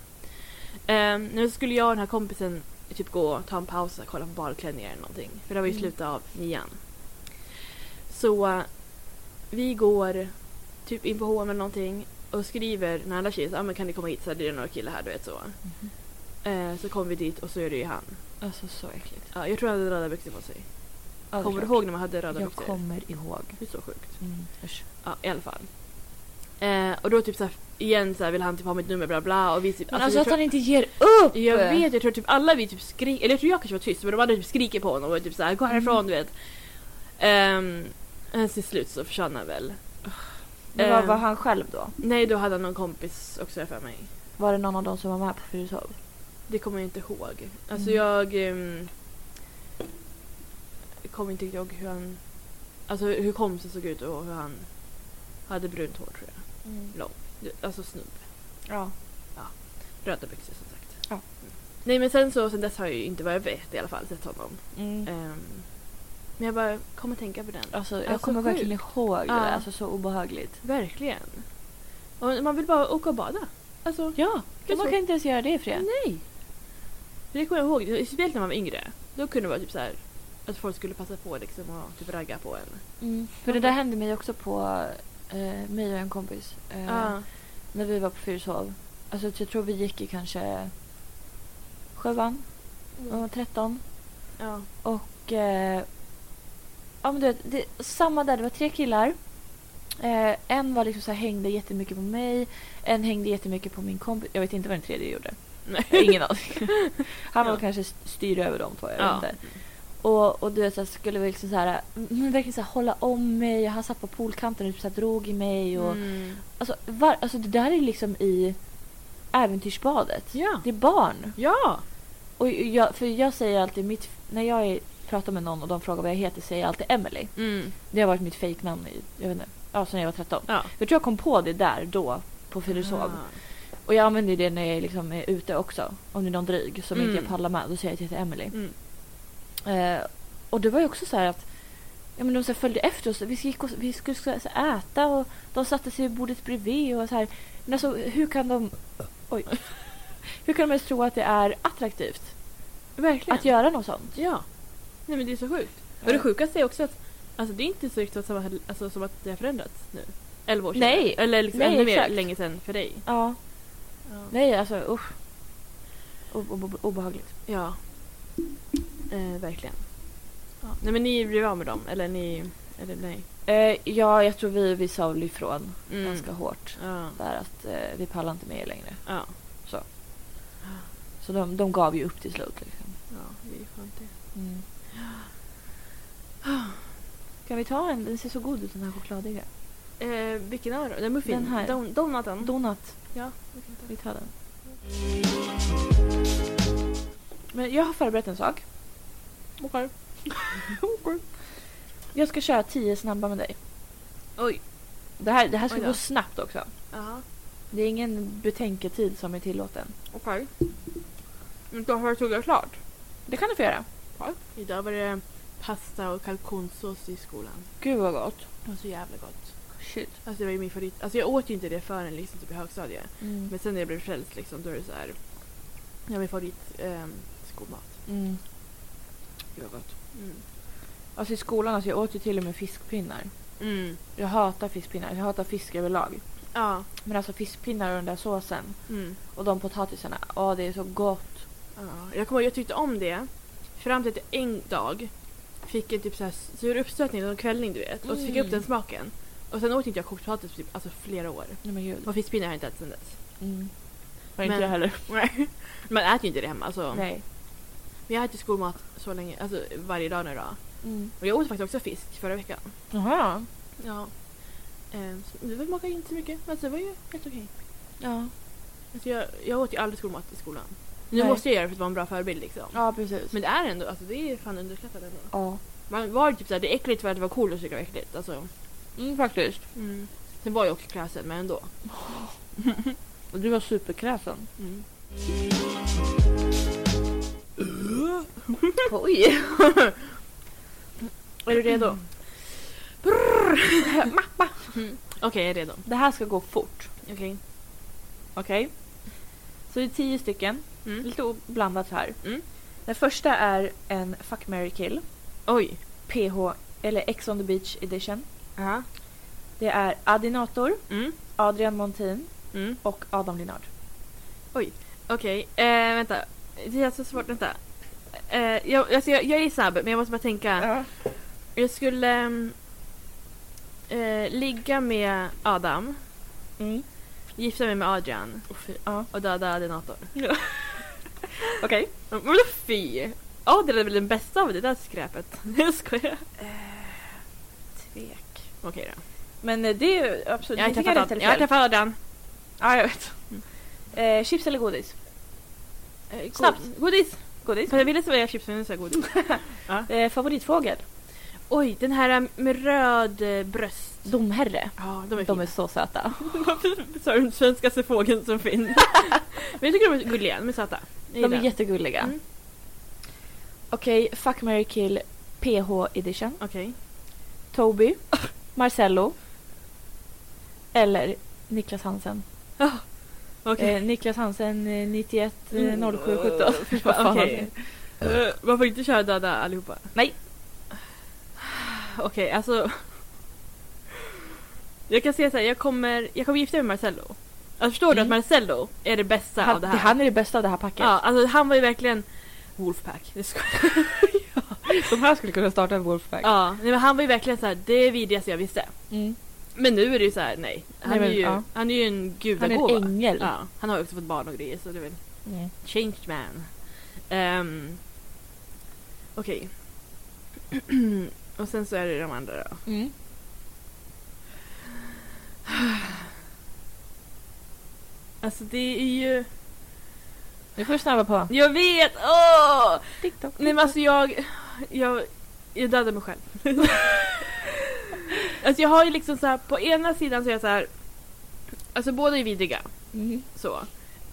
B: Um, nu skulle jag och den här kompisen typ gå och ta en paus och kolla på balklänningar eller någonting. För det var ju
A: Mm.
B: slutet av nian. Så eh, vi går typ in på H&M eller någonting och skriver när alla tjejer så, ah, men kan ni komma hit så är det några killar här du vet så.
A: Mhm.
B: Eh, så kommer vi dit och så är det ju han.
A: Alltså så äckligt.
B: Ja, jag tror han hade röda byxor på sig.
A: Ja, det är
B: kommer du
A: klart.
B: ihåg när man hade röda
A: Jag
B: byxor?
A: kommer ihåg.
B: Det är så sjukt.
A: Mm. Usch.
B: Ja, i alla fall. Eh, och då typ såhär, igen såhär vill han typ ha mitt nummer bla bla och vi typ,
A: Men
B: alltså,
A: alltså
B: jag
A: att
B: tror-
A: han inte ger upp!
B: Jag vet, jag tror typ alla vi typ skrek, eller jag tror jag kanske var tyst men de andra typ skriker på honom och typ såhär
A: Mm.
B: gå härifrån du vet. Ehm, men till slut så försvann han väl.
A: Men vad
B: Eh.
A: var han själv då?
B: Nej då hade han någon kompis också jag för mig.
A: Var det någon av dem som var med på Fyrishov?
B: Det kommer jag inte ihåg. Alltså
A: Mm.
B: jag ehm, kommer inte ihåg hur han, alltså hur kompisen såg ut och hur han hade brunt hår tror jag.
A: Mm.
B: Du- Alltså snubb.
A: Ja.
B: Röda byxor som sagt.
A: Ja.
B: Mm. Nej men sen så, sen dess har jag ju inte vad jag vet i alla fall sett honom.
A: Mm.
B: Ehm, men jag bara kom att tänka på den.
A: Alltså, jag
B: Alltså,
A: kommer
B: sjukt.
A: verkligen ihåg det
B: Ja.
A: där. Alltså så obehagligt.
B: Verkligen. Och man vill bara åka och bada. Alltså,
A: Ja,
B: det
A: men
B: är
A: man
B: så.
A: kan inte ens göra det i fred.
B: nej. Det kommer jag ihåg, speciellt när man var yngre. Då kunde det vara typ så här att folk skulle passa på liksom och typ ragga på en.
A: Mm. För det där hände mig också på eh, mig och en kompis. Eh,
B: Ja.
A: När vi var på Fyrishov. Alltså jag tror vi gick i kanske sjuan, man var 13.
B: Ja.
A: Och... Eh, ja, men du vet, det, samma där, det var tre killar. Eh, en var liksom så här, hängde jättemycket på mig, en hängde jättemycket på min kompis. Jag vet inte vad den tredje gjorde.
B: Nej.
A: Jag har ingen aning. Han var
B: Ja.
A: kanske st- styr över de två, jag vet
B: Ja.
A: inte. Och, och du vet, så här, skulle vi liksom så här, mm, verkligen så här, hålla om mig. Han satt på poolkanten och typ så här, drog i mig. Och,
B: Mm.
A: alltså, var, alltså det där är liksom i äventyrsbadet.
B: Ja.
A: Det är barn.
B: Ja!
A: Och jag, för jag säger alltid mitt, när jag är, pratar med någon och de frågar vad jag heter säger jag alltid Emily.
B: Mm.
A: Det har varit mitt fejknamn i, jag vet inte, ja, sen jag var 13.
B: Ja.
A: Jag tror jag kom på det där då på Fyrishov. Och jag använder ju det när jag liksom är ute också. Om det är någon dryg som inte
B: Mm.
A: jag pallar med då säger jag att jag heter Emily.
B: Mm.
A: Eh, och det var ju också så här att ja, men de så här följde efter oss. Vi, gick och, vi skulle så här äta och de satte sig vid bordet bredvid. Och så här. Men alltså hur kan de... Oj. hur kan de ens tro att det är attraktivt
B: Verkligen.
A: att göra något sånt?
B: Ja. Nej men det är så sjukt.
A: Ja.
B: Och det sjukaste är också att alltså, det är inte så riktigt som, alltså, som att det har förändrats nu. 11 år senare.
A: Nej.
B: Eller liksom
A: Nej,
B: ännu mer
A: exakt.
B: länge sedan för dig.
A: Ja,
B: Ja.
A: nej alltså usch. O- o- obehagligt.
B: ja. Eh, verkligen. Ja. Nej men ni blev av med dem, eller ni... Eller nej.
A: Eh, ja, jag tror vi, vi sa väl ifrån
B: Mm.
A: ganska hårt.
B: Ja.
A: Där att eh, vi pallar inte med er längre.
B: Ja.
A: Så de, de gav ju upp till slut. Liksom.
B: ja, det är skönt det.
A: Mm. Kan vi ta en? Den ser så god ut den här chokladiga.
B: Eh, vilken av dem? Den muffin?
A: Den här.
B: Don- donaten?
A: Donut.
B: Mm. ja.
A: Vi tar den. Men jag har förberett en sak.
B: Okej.
A: Jag ska köra tio snabba med dig.
B: Oj.
A: Det här, det här
B: Oj
A: ska
B: då.
A: gå snabbt också.
B: Ja.
A: Det är ingen betänketid som är tillåten.
B: Okej. Men Mm, då har jag tuggat klart.
A: Det kan du få göra.
B: Idag var det pasta och kalkonsås i skolan.
A: Gud vad gott.
B: Det var så jävla gott.
A: Shit.
B: Alltså det var ju min favorit. Alltså jag åt ju inte det förrän liksom typ i högstadiet.
A: Mm.
B: Men sen när jag blev frälst liksom då är det så här. Ja min favorit ehm, skolmat.
A: Mm.
B: Det var gott. Mm.
A: Alltså i skolan, alltså, jag åt ju till och med fiskpinnar.
B: Mm.
A: Jag hatar fiskpinnar. Jag hatar fisk överlag.
B: Ja.
A: Men alltså fiskpinnar och den där såsen.
B: Mm.
A: Och de potatisarna. Ja, det är så gott.
B: ja. Jag kommer ihåg jag tyckte om det. Fram till att jag en dag fick en typ så här sur uppstötning, en kvällning du vet. Och så fick jag upp
A: Mm.
B: den smaken. Och sen åt inte jag kokt potatis på typ, alltså flera år.
A: Nej men gud.
B: Och fiskpinnar har jag inte ätit sen dess.
A: Mm. Var
B: Men-
A: inte jag heller.
B: Nej. Man äter ju inte det hemma alltså.
A: Nej.
B: Men jag äter skolmat så länge, alltså varje dag nu då.
A: Mm.
B: Och jag åt faktiskt också fisk förra veckan.
A: Jaha.
B: Ja. Eh, så Det smakade inte så mycket, men alltså, det var ju helt okej.
A: Ja.
B: Alltså, jag, jag åt ju aldrig skolmat i skolan. Nu
A: Nej.
B: måste jag göra det för att vara en bra förebild liksom.
A: Ja, precis.
B: Men det är ändå, alltså det är fan underskattat ändå.
A: ja.
B: Man var ju typ såhär, det är äckligt för att det var coolt och tycka det var äckligt. Alltså.
A: Mm, faktiskt.
B: Mm. Sen var jag också kräsen, men ändå.
A: Och du var superkräsen.
B: Mm.
A: Oj.
B: Är du redo? Mm.
A: Mappa.
B: Okej, jag är redo.
A: Det här ska gå fort.
B: Okej.
A: Okej? Så det är tio stycken.
B: Mm.
A: Lite o- blandat här.
B: Mm.
A: Den första är en Fuck, Mary kill.
B: Oj.
A: PH, eller Ex on the beach edition.
B: Ja.
A: Det är Adinator,
B: Mm.
A: Adrian Montin
B: Mm.
A: och Adam Linnard.
B: Okej, eh, vänta. Det är så svårt, vänta. Eh, jag, alltså jag, jag är snabb, men jag måste bara tänka. Jag skulle ehm, eh, ligga med Adam,
A: Mm.
B: gifta mig med Adrian
A: Ja.
B: och döda Adinator.
A: Okej.
B: Men vadå fy! Adrian är väl den bästa av det där skräpet? Jag skojar.
A: Tvek.
B: Okej då.
A: Men eh, det är ju absolut...
B: Jag har
A: ni tycker
B: träffat,
A: rätt
B: Ad-
A: eller
B: jag har
A: fel?
B: träffat Adrian.
A: Ja, jag vet. Eh, chips eller godis?
B: Eh, god-
A: Snabbt.
B: Godis!
A: Godis.
B: För jag ville säga chips men nu sa jag godis.
A: Eh, favoritfågel?
B: Oj, den här eh, med röd eh, bröst.
A: Domherre.
B: Ja, de är
A: De
B: fina.
A: är så söta.
B: Så är den svenskaste fågeln som finns. Men jag tycker de är gulliga, de är söta. Jag
A: De
B: gillar
A: är
B: dem.
A: jättegulliga.
B: Mm.
A: Okej, Fuck, Mary kill PH edition.
B: Okej.
A: Toby, Marcello eller Niklas Hansen.
B: Okej.
A: Eh, Niklas Hansen eh, 91
B: Mm.
A: eh, 07 17. Vad fan
B: Okej.
A: han-
B: Eh, Man får inte köra döda allihopa?
A: Nej.
B: Okej, alltså. Jag kan säga såhär, jag kommer, jag kommer gifta mig med Marcello. Alltså förstår du
A: Mm.
B: att Marcello är det bästa av
A: Han,
B: det här?
A: han är det bästa av det här packet.
B: ja, alltså han var ju verkligen Wolfpack. Det ska...
A: De här skulle kunna starta en Wolfpack.
B: ja, nej, men han var ju verkligen såhär, det är vidrigaste jag visste.
A: Mm.
B: Men nu är det ju såhär, nej. Han,
A: Nej, men,
B: är ju,
A: ja.
B: han är ju en
A: Han är
B: gudagåva.
A: en ängel.
B: Ja, han har ju också fått barn och grejer så det är väl
A: Mm.
B: Changed man. Ehm, Okej. Och sen så är det de andra då.
A: Mm.
B: Alltså det är ju...
A: Nu får du snabba på.
B: Jag vet! Åh!
A: TikTok.
B: Nej men alltså jag... Jag, jag dödar mig själv. alltså jag har ju liksom så här, på ena sidan så är jag så här... Alltså båda är vidriga.
A: Mm.
B: Så.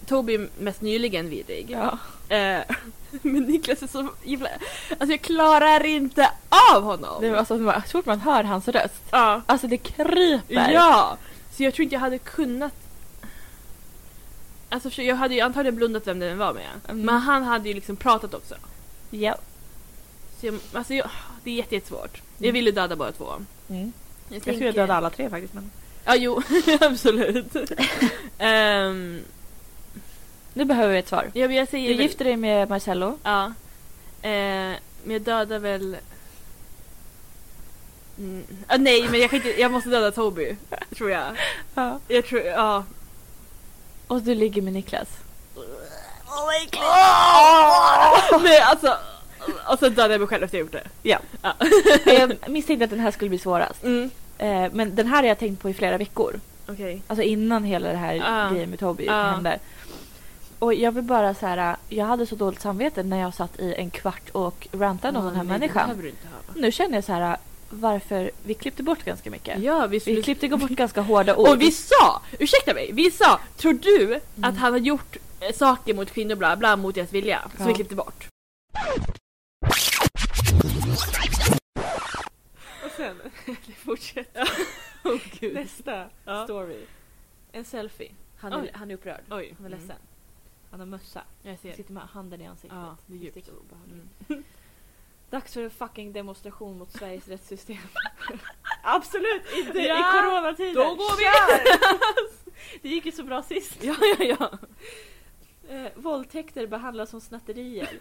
B: Toby är mest nyligen vidrig.
A: Ja.
B: Eh, men Niklas är så jävla... Alltså jag klarar inte av honom!
A: Det var alltså, så fort man hör hans röst,
B: ja.
A: alltså det kryper.
B: Ja! Så jag tror inte jag hade kunnat... Alltså för jag hade ju antagligen blundat vem den var med.
A: Mm.
B: Men han hade ju liksom pratat också.
A: Ja.
B: Så jag, alltså jag, det är jätte- jättesvårt. Jag ville döda bara två.
A: Mm.
B: Jag,
D: Jag skulle döda alla tre faktiskt. Men...
B: Ja, jo, absolut. Ehm,
A: Nu behöver vi ett svar.
B: ja, men jag säger
A: Du
B: väl-
A: gifter dig med Marcello.
B: Ja. Eh, men jag dödar väl... Mm. Ah, nej, men jag, kan inte, jag måste döda Toby. Tror jag.
A: Ja.
B: Jag tror... Ja.
A: Och du ligger med Niklas.
B: Åh vad äckligt! Oh! Nej alltså, och sen dödade jag mig själv efter jag gjort det.
D: Ja.
A: Jag Eh, misstänkte att den här skulle bli svårast.
B: Mm.
A: Eh, Men den här har jag tänkt på i flera veckor.
B: Okej.
A: Alltså innan hela det här
B: Ja.
A: grejen med Toby
B: Ja.
A: hände. Och jag vill bara så här, eh, jag hade så dåligt samvete när jag satt i en kvart och rantade om den här
B: Ah, Nej,
A: människan.
B: Det behöver du inte ha.
A: Nu känner jag så här, eh, varför vi klippte bort ganska mycket.
B: Ja, vi, skulle...
A: Vi klippte bort ganska hårda ord.
B: Och vi sa, ursäkta mig, vi sa, tror du att han har gjort eh, saker mot kvinnor bla bla mot deras vilja?
A: Ja.
B: Så vi klippte bort.
D: Och sen, det fortsätter.
B: Åh gud.
D: Nästa
B: Ja.
D: story. En selfie. Han
B: Oj.
D: är, han är upprörd.
B: Oj. Mm.
D: Han är ledsen. Han har mössa.
B: Jag ser.
D: Sitter med handen i ansiktet.
B: Ja, det är djupt.
D: Riktigt obehagligt.
B: Mm.
D: Dags för en fucking demonstration mot Sveriges rättssystem. Absolut inte
B: Ja,
D: i coronatider!
B: då går vi
D: här! det gick ju så bra sist.
B: Ja, ja, ja.
D: Eh, våldtäkter behandlas som snatterier.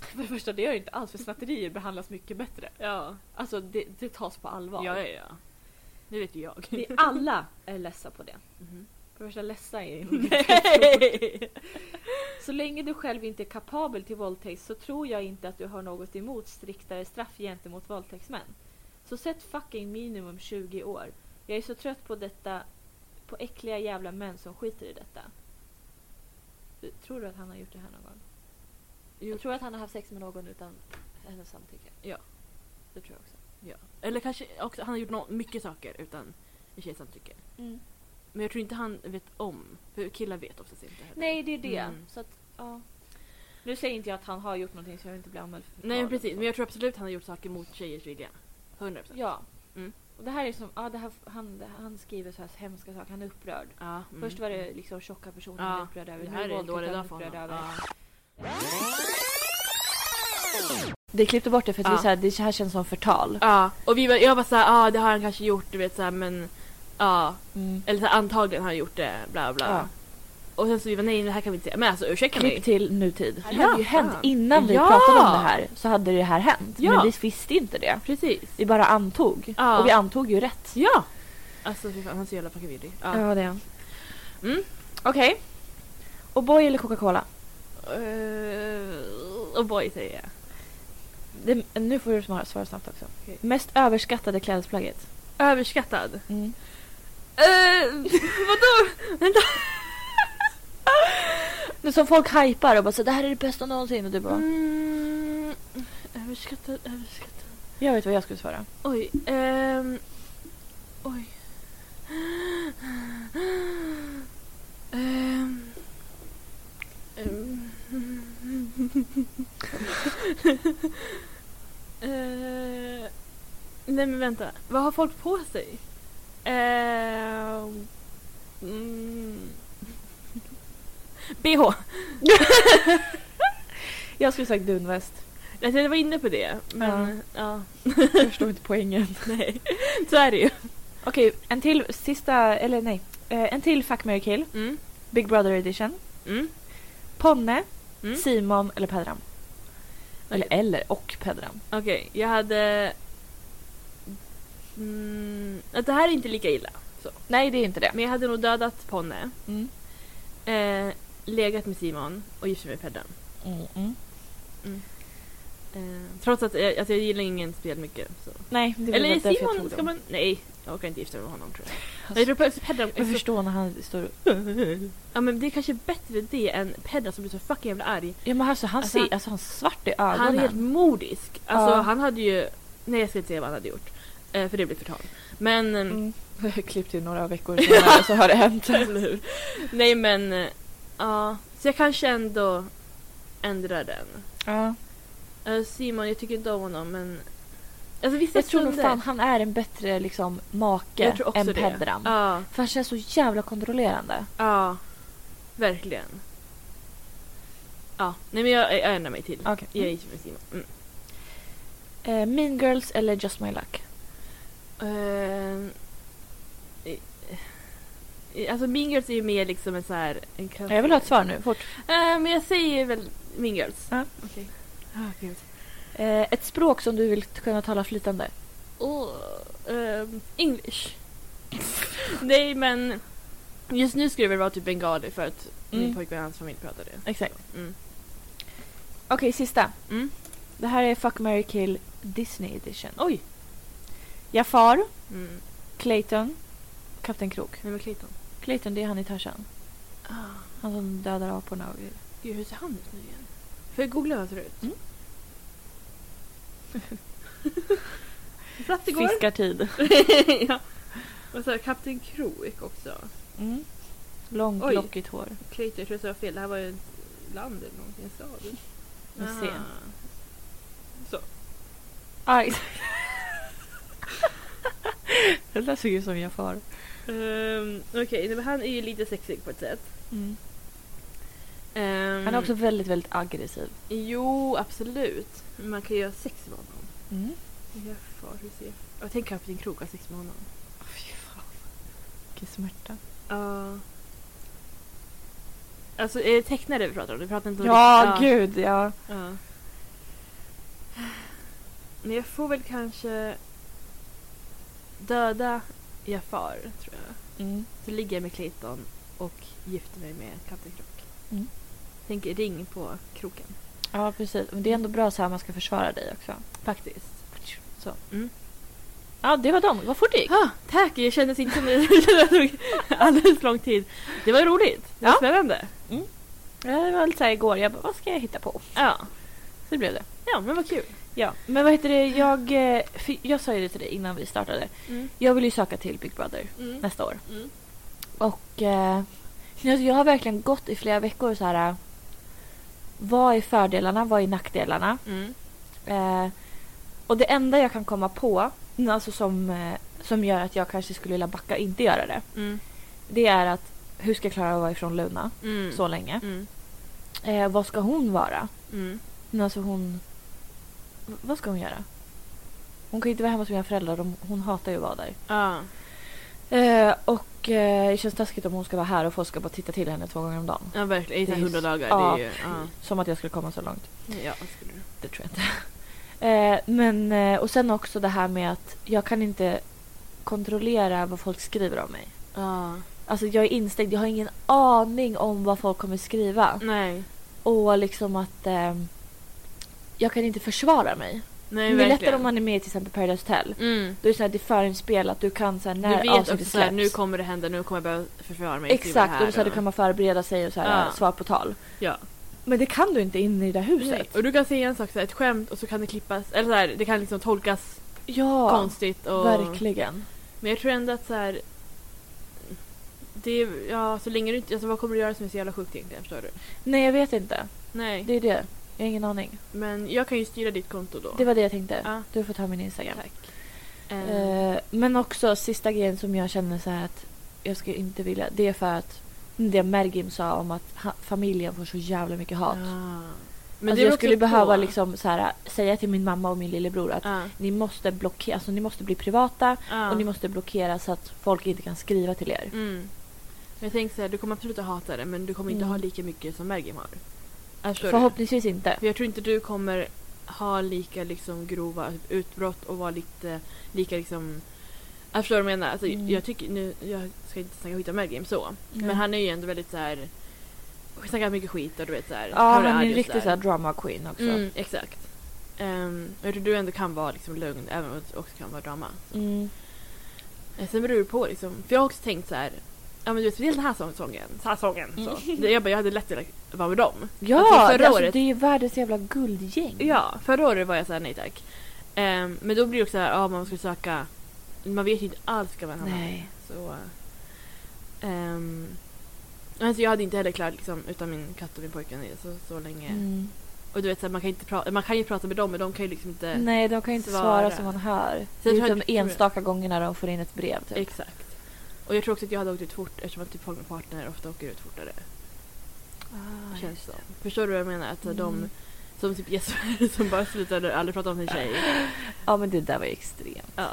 D: För det första, det gör det inte alls för snatterier behandlas mycket bättre.
B: Ja,
D: Alltså det, det tas på allvar.
B: ja, ja. ja. Det vet ju jag.
D: Vi alla är ledsa på det.
B: Mhm.
D: För det första, ledsa är
B: Nej.
D: Så länge du själv inte är kapabel till våldtäkt så tror jag inte att du har något emot striktare straff gentemot våldtäktsmän. Så sätt fucking minimum 20 år. Jag är så trött på detta, på äckliga jävla män som skiter i detta. Du- Tror du att han har gjort det här någon gång?
B: Jo.
D: Jag tror att han har haft sex med någon utan hennes samtycke.
B: Ja.
D: Det tror jag också.
B: Eller kanske också, han har gjort nå- mycket saker utan en tjejs samtycke.
D: Mm.
B: Men jag tror inte han vet om. För killar vet oftast inte heller.
D: Nej, det är det.
B: Mm.
D: Så att, ja. Nu säger inte jag att han har gjort någonting så jag vill inte bli anmäld för
B: Nej men
D: förtal.
B: precis, men jag tror absolut han har gjort saker mot tjejers vilja. 100%. procent.
D: Ja.
B: Mm.
D: Och det här är som, ja, det här, han, det- han skriver så här hemska saker, han är upprörd.
B: Ja, mm.
D: Först var det liksom tjocka personer han
B: Ja,
D: är upprörd över.
B: det
D: Nu
B: här är en
D: våldtäkt
B: dålig
D: han
B: dag för
D: upprörd
B: honom.
D: över.
B: Ja.
A: Det klippte bort det för att
B: Ja.
A: vi, så här, det här känns som förtal.
B: Ja, och vi var, jag var såhär, ja ah, det har han kanske gjort, du vet såhär men ja, eller såhär, antagligen har han gjort det, bla bla.
A: Ja.
B: Och sen så vi var nej det här kan vi inte säga, men alltså ursäkta
A: Klipp
B: mig.
A: till nutid.
B: Ja,
A: Det hade ju hänt
B: fan.
A: innan vi
B: Ja.
A: pratade om det här. Så hade det här hänt.
B: Ja.
A: Men vi visste inte det.
B: Precis.
A: Vi bara antog.
B: Ja.
A: Och vi antog ju rätt.
B: Ja! Alltså fy fan, han är så jävla fucking vidrig. Ja.
A: det är han.
B: Mm.
A: Okej. Och boy eller Coca-Cola?
B: Eh, och boy säger jag.
A: Det- Nu får du svara, svara snabbt också.
B: Okej.
A: Mest överskattade klädesplagget?
B: Överskattad. Eh, vadå? Vänta.
A: Men Som folk hypar och bara så det här är det bästa någonsin och du bara
B: Mm, överskattad, överskattad.
A: jag vet vad jag skulle svara.
B: Oj. ehm, oj. Ehm, ehm, Eh, nej men vänta, vad har folk på sig? Ehm, mm, BH.
A: Jag skulle sagt dunväst.
B: Alltså, jag var inne på det, men ja.
A: Jag förstår inte poängen.
B: Nej, så är det ju.
A: Okej, en till sista, eller nej. Eh, en till Fuck, Mary kill.
B: Mm.
A: Big Brother edition.
B: Mm.
A: Ponne,
B: Mm.
A: Simon eller Pedram. Eller
B: Okej.
A: eller och Pedram.
B: Okej, jag hade... Mm, att det här är inte lika illa.
A: Mm. Nej det Mm. är inte det.
B: Men jag hade nog dödat Ponne.
A: Mm.
B: Eh, legat med Simon och gift sig med Peddan.
A: Mm, mm.
B: Eh, trots att jag, alltså jag gillar ingen spel mycket. Så.
A: Nej, det är
B: Eller
A: väl
B: är
A: därför jag
B: Simon
A: tog
B: ska
A: dem.
B: man... Nej, jag orkar inte gifta mig med honom tror jag.
A: Alltså,
B: Jag tror Pe- Peddan är
A: Jag
B: så
A: förstår när han står och...
B: Ja men det är kanske bättre det än Pedda som blir så fucking jävla arg.
A: Ja men alltså han
B: Alltså,
A: ser, alltså han har svart i
B: Han är helt
A: ögonen.
B: modisk. Alltså
A: Ja.
B: han hade ju... Nej jag ska inte säga vad han hade gjort. Eh, för det blir förtal. Men... ehm,
A: Mm. Klippt i några veckor senare så har det hänt.
B: Eller hur? Nej men... eh, Ja. så jag kanske ändå ändrar den.
A: Ja.
B: Eh, Simon, jag tycker inte om honom men... Alltså vissa
A: Jag tror nog
B: stunder-
A: fan han är en bättre liksom make
B: Jag tror också
A: än
B: det.
A: Pedram.
B: Ja,
A: För han känns så jävla kontrollerande.
B: ja. Verkligen. Ja, nej men jag, jag ändrar mig till.
A: Okay.
B: Jag gick med Simon. Mm.
A: Eh, mean Girls eller Just My Luck?
B: Ehm, i- i- Eh, Alltså Mean Girls är ju mer liksom en så här... En klass-
A: Jag vill ha ett svar nu, fort.
B: Eh, men jag säger väl Mean Girls.
A: Ja.
B: Okej. Ah, gud.
A: Eh, ett språk som du vill t- kunna tala flytande.
B: Åh, ehm, English. Nej men... Just nu skulle det väl vara typ bengali för att min
A: Mm.
B: pojkvän och hans familj pratar det.
A: Exakt.
B: Mm.
A: Okej, sista.
B: Mm.
A: Det här är Fuck, Mary kill Disney edition.
B: Oj!
A: Jafar,
B: Mm.
A: Clayton, Kapten Krok.
B: Nej men Clayton.
A: Clayton, det är han i Tarzan.
B: Ah,
A: Han som dödar aporna och grejer.
B: gud, hur ser han ut nu igen? Får jag googla hur han ser ut?
A: Mm.
B: Jag satt igår.
A: Fiskartid.
B: ja. Och så här, Kapten Kroek också.
A: Mm. Långt,
B: Oj.
A: lockigt hår.
B: Clayton, jag tror jag sa fel. Det här var ju ett land eller någonting, en stad.
A: Vi
B: Aha.
A: ser. Ah,
B: Så.
A: Aj. det där såg ut som Jafar.
B: Um, Okej, nej, men han är ju lite sexig på ett sätt.
A: Mm.
B: Ehm,
A: Han är också väldigt, väldigt aggressiv.
B: Jo, absolut. Men man kan ju ha sex med honom.
A: Mm.
B: Ja, far, hur ser... Jag tänker Kapten Krok har sex med honom.
A: Fy fan. Vilken smärta.
B: Ja. Alltså är det tecknare vi pratar om? Vi pratar inte om
A: Ja,
B: riktigt-
A: gud ja.
B: Ja. Men jag får väl kanske döda Jafar, tror jag.
A: Mm.
B: Så ligger jag med Clayton och gifter mig med Kapten Krok.
A: Mm.
B: Tänker ring på kroken.
A: Ja, precis. Men det är ändå bra så här man ska försvara dig också.
B: Faktiskt.
A: Så.
B: Mm.
A: Ja, det var dem. Vad fort det gick.
B: Ah, tack! Jag kändes inte som det tog alldeles för lång tid. Det var roligt. Det var
A: Ja.
B: spännande.
A: Ja, Det var lite så här igår. Jag bara, vad ska jag hitta på?
B: Ja.
A: Så det blev det.
B: ja, men vad kul.
A: Ja, men vad heter det? Jag, eh, för jag sa ju det till dig innan vi startade.
B: Mm.
A: Jag vill ju söka till Big Brother
B: Mm.
A: nästa år.
B: Mm.
A: Och eh, alltså jag har verkligen gått i flera veckor så här. eh, Vad är fördelarna? Vad är nackdelarna?
B: Mm.
A: Eh, och det enda jag kan komma på, alltså som, eh, som gör att jag kanske skulle vilja backa och inte göra det.
B: Mm.
A: Det är att hur ska Klara vara ifrån Luna
B: Mm.
A: så länge?
B: Mm.
A: Eh, vad ska hon vara?
B: Mm.
A: Men alltså hon... v- Vad ska hon göra? Hon kan ju inte vara hemma hos mina föräldrar. De, hon hatar ju att vara där.
B: Ja.
A: Eh, och eh, det känns taskigt om hon ska vara här och folk ska bara titta till henne två gånger om dagen.
B: ja, verkligen. I så här
A: Det är
B: 100 dagar.
A: ja.
B: Det är ju, ja.
A: Som att jag skulle komma så långt.
B: ja, vad skulle du?
A: Det tror jag inte. Eh, men, eh, och sen också det här med att jag kan inte kontrollera vad folk skriver om mig.
B: Ja.
A: Alltså jag är instängd. Jag har ingen aning om vad folk kommer skriva.
B: Nej.
A: Och liksom att ehm, jag kan inte försvara mig.
B: Nej,
A: Det är lättare
B: verkligen.
A: om man är med i till exempel Paradise Hotel.
B: Mm.
A: Då är det, så här, det är förinspelat. Du kan så här, när
B: du vet också
A: avsnittet
B: så här,
A: släpps.
B: nu kommer det hända, nu kommer jag behöva försvara mig. skriva det
A: Exakt,
B: här
A: och så här, då kan man förbereda sig och så här,
B: Ja.
A: svara på tal.
B: Ja.
A: Men det kan du inte inne i det här
B: Nej.
A: huset.
B: Och du kan säga en sak, så här, ett skämt och så kan det klippas, eller så här, det kan liksom tolkas
A: Ja,
B: konstigt. Och...
A: verkligen.
B: Men jag tror ändå att så här, det är, ja, så länge du inte, alltså vad kommer du göra som är så jävla sjukt egentligen, förstår du?
A: Nej, jag vet inte.
B: Nej,
A: Det är det. Jag har ingen aning.
B: men jag kan ju styra ditt konto då.
A: Det var det jag tänkte.
B: Ja.
A: Du får ta min Instagram.
B: Tack. Eh,
A: Eh, men också sista grejen som jag känner så här att jag skulle inte vilja. Det är för att mm, det Mergim sa om att ha, familjen får så jävla mycket
B: ja.
A: hat.
B: ah. Men
A: alltså
B: beror
A: jag
B: också
A: skulle behöva
B: på.
A: liksom så här, säga till min mamma och min lillebror att
B: Ja,
A: ni måste blockera, alltså ni måste bli privata
B: ja.
A: och ni måste blockera så att folk inte kan skriva till er.
B: Mm. Men Jag tänker så här, du kommer absolut att hata det men du kommer inte
A: Mm.
B: ha lika mycket som Mergim har. Förstår du?
A: Förhoppningsvis inte.
B: För jag tror inte du kommer ha lika liksom grova utbrott och vara lite lika liksom... Jag förstår vad du menar. Alltså,
A: Mm.
B: jag, tycker, nu, jag ska inte snacka skit om Mergim så.
A: Nej.
B: Men han är ju ändå väldigt så här snackar mycket skit och du vet såhär.
A: Ja, han är en riktig så här drama queen också.
B: Mm, exakt. Um, jag tror du ändå kan vara liksom lugn även om det också kan vara drama.
A: Mm.
B: Eh, Sen beror det på liksom. För jag har också tänkt så här. Ja men du vet, speciellt den här sång- sången. Så här sången. Så. Det- Jag, bara, jag hade lätt velat vara med dem.
A: Ja,
B: Alltså, förra
A: det- alltså,
B: året-
A: det är ju världens jävla guldgäng.
B: Ja, förra året var jag så här nej tack. Ehm, men då blir det också så här, ja man ska söka. Man vet ju inte alls vilka man hamnar med.
A: Nej.
B: Så, ehm, alltså jag hade inte heller klarat liksom, utan min katt och min pojkvän i det så, så länge.
A: Mm.
B: Och du vet, så här, man, kan inte pra- man kan ju prata med dem men de kan ju liksom inte...
A: Mm. Nej, de kan ju inte svara,
B: Svara.
A: som man hör.
B: Sen
A: det
B: tror
A: är
B: jag
A: utom
B: att-
A: enstaka gånger när de får in ett brev. Typ.
B: Exakt. Och jag tror också att jag hade åkt ut fort eftersom att typ folk med partner ofta åker ut fortare.
A: Ah,
B: känns det som. Förstår du vad jag menar? Att de
A: Mm.
B: som typ Jesper som bara slutade aldrig prata om sin tjej.
A: Ja, men det där var ju extremt.
B: Ja.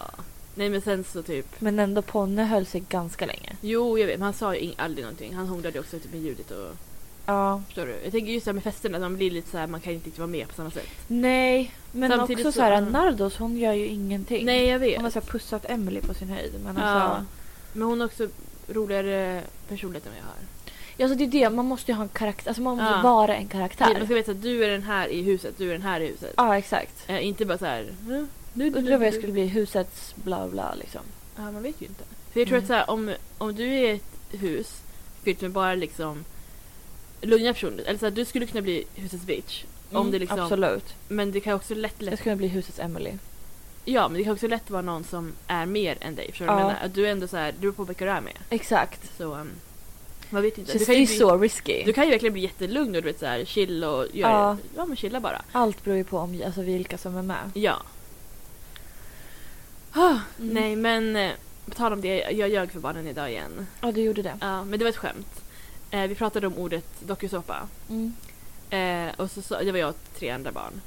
B: Nej men sen så typ.
A: Men ändå, Ponne höll sig ganska länge.
B: Jo jag vet men han sa ju ing- aldrig någonting. Han hånglade ju också typ med Judith och
A: Ja.
B: förstår du? Jag tänker just det här med festerna, de blir lite så här, man kan inte riktigt vara med på samma sätt.
A: Nej, men
B: Samtidigt
A: också
B: så-
A: så här,
B: mm.
A: Nardos hon gör ju ingenting.
B: Nej jag vet.
A: hon har så här, pussat Emily på sin höjd. Men
B: ja.
A: alltså,
B: Men hon har också roligare personlighet än vad jag har.
A: ja. alltså, det är det, man måste ju ha en karaktär. Alltså, man måste
B: Ja.
A: vara en
B: Typ, Man
A: karaktär.
B: ska veta att du är den här i huset, du är den här i huset.
A: Ja, exakt.
B: Eh, inte bara så här. "Eh, nu- nu-
A: Undrar vad jag
B: nu."
A: skulle bli, husets bla bla liksom.
B: Ja, man vet ju inte. För jag tror
A: Nej.
B: att så här, om, om du är i ett hus fyllt med bara liksom lugna personer, eller så här, du skulle kunna bli husets bitch. om
A: Mm,
B: det liksom,
A: Absolut.
B: Men det kan också lätt,
A: Jag
B: lätt,
A: skulle kunna bli husets Emily.
B: ja, men det kan också lätt vara någon som är mer än dig. Förstår du vad
A: Ja.
B: jag menar? Att du är ändå så här, du beror på vilka du är med.
A: Exakt.
B: Så um, man vet ju inte.
A: Så
B: Du
A: det
B: kan ju,
A: är
B: bli,
A: så risky.
B: du kan ju verkligen bli jättelugn och du vet så här, chill och göra, ja.
A: Ja.
B: men chilla bara.
A: Allt beror ju på om, alltså, vilka som är med.
B: Ja. Ah,
A: Mm.
B: Nej men, eh, på tal om det, jag ljög för barnen idag igen.
A: Ja, du gjorde det.
B: Ja, men det var ett skämt. Eh, vi pratade om ordet dokusåpa.
A: Mm.
B: Eh, och så, sa- det var jag och tre andra barn.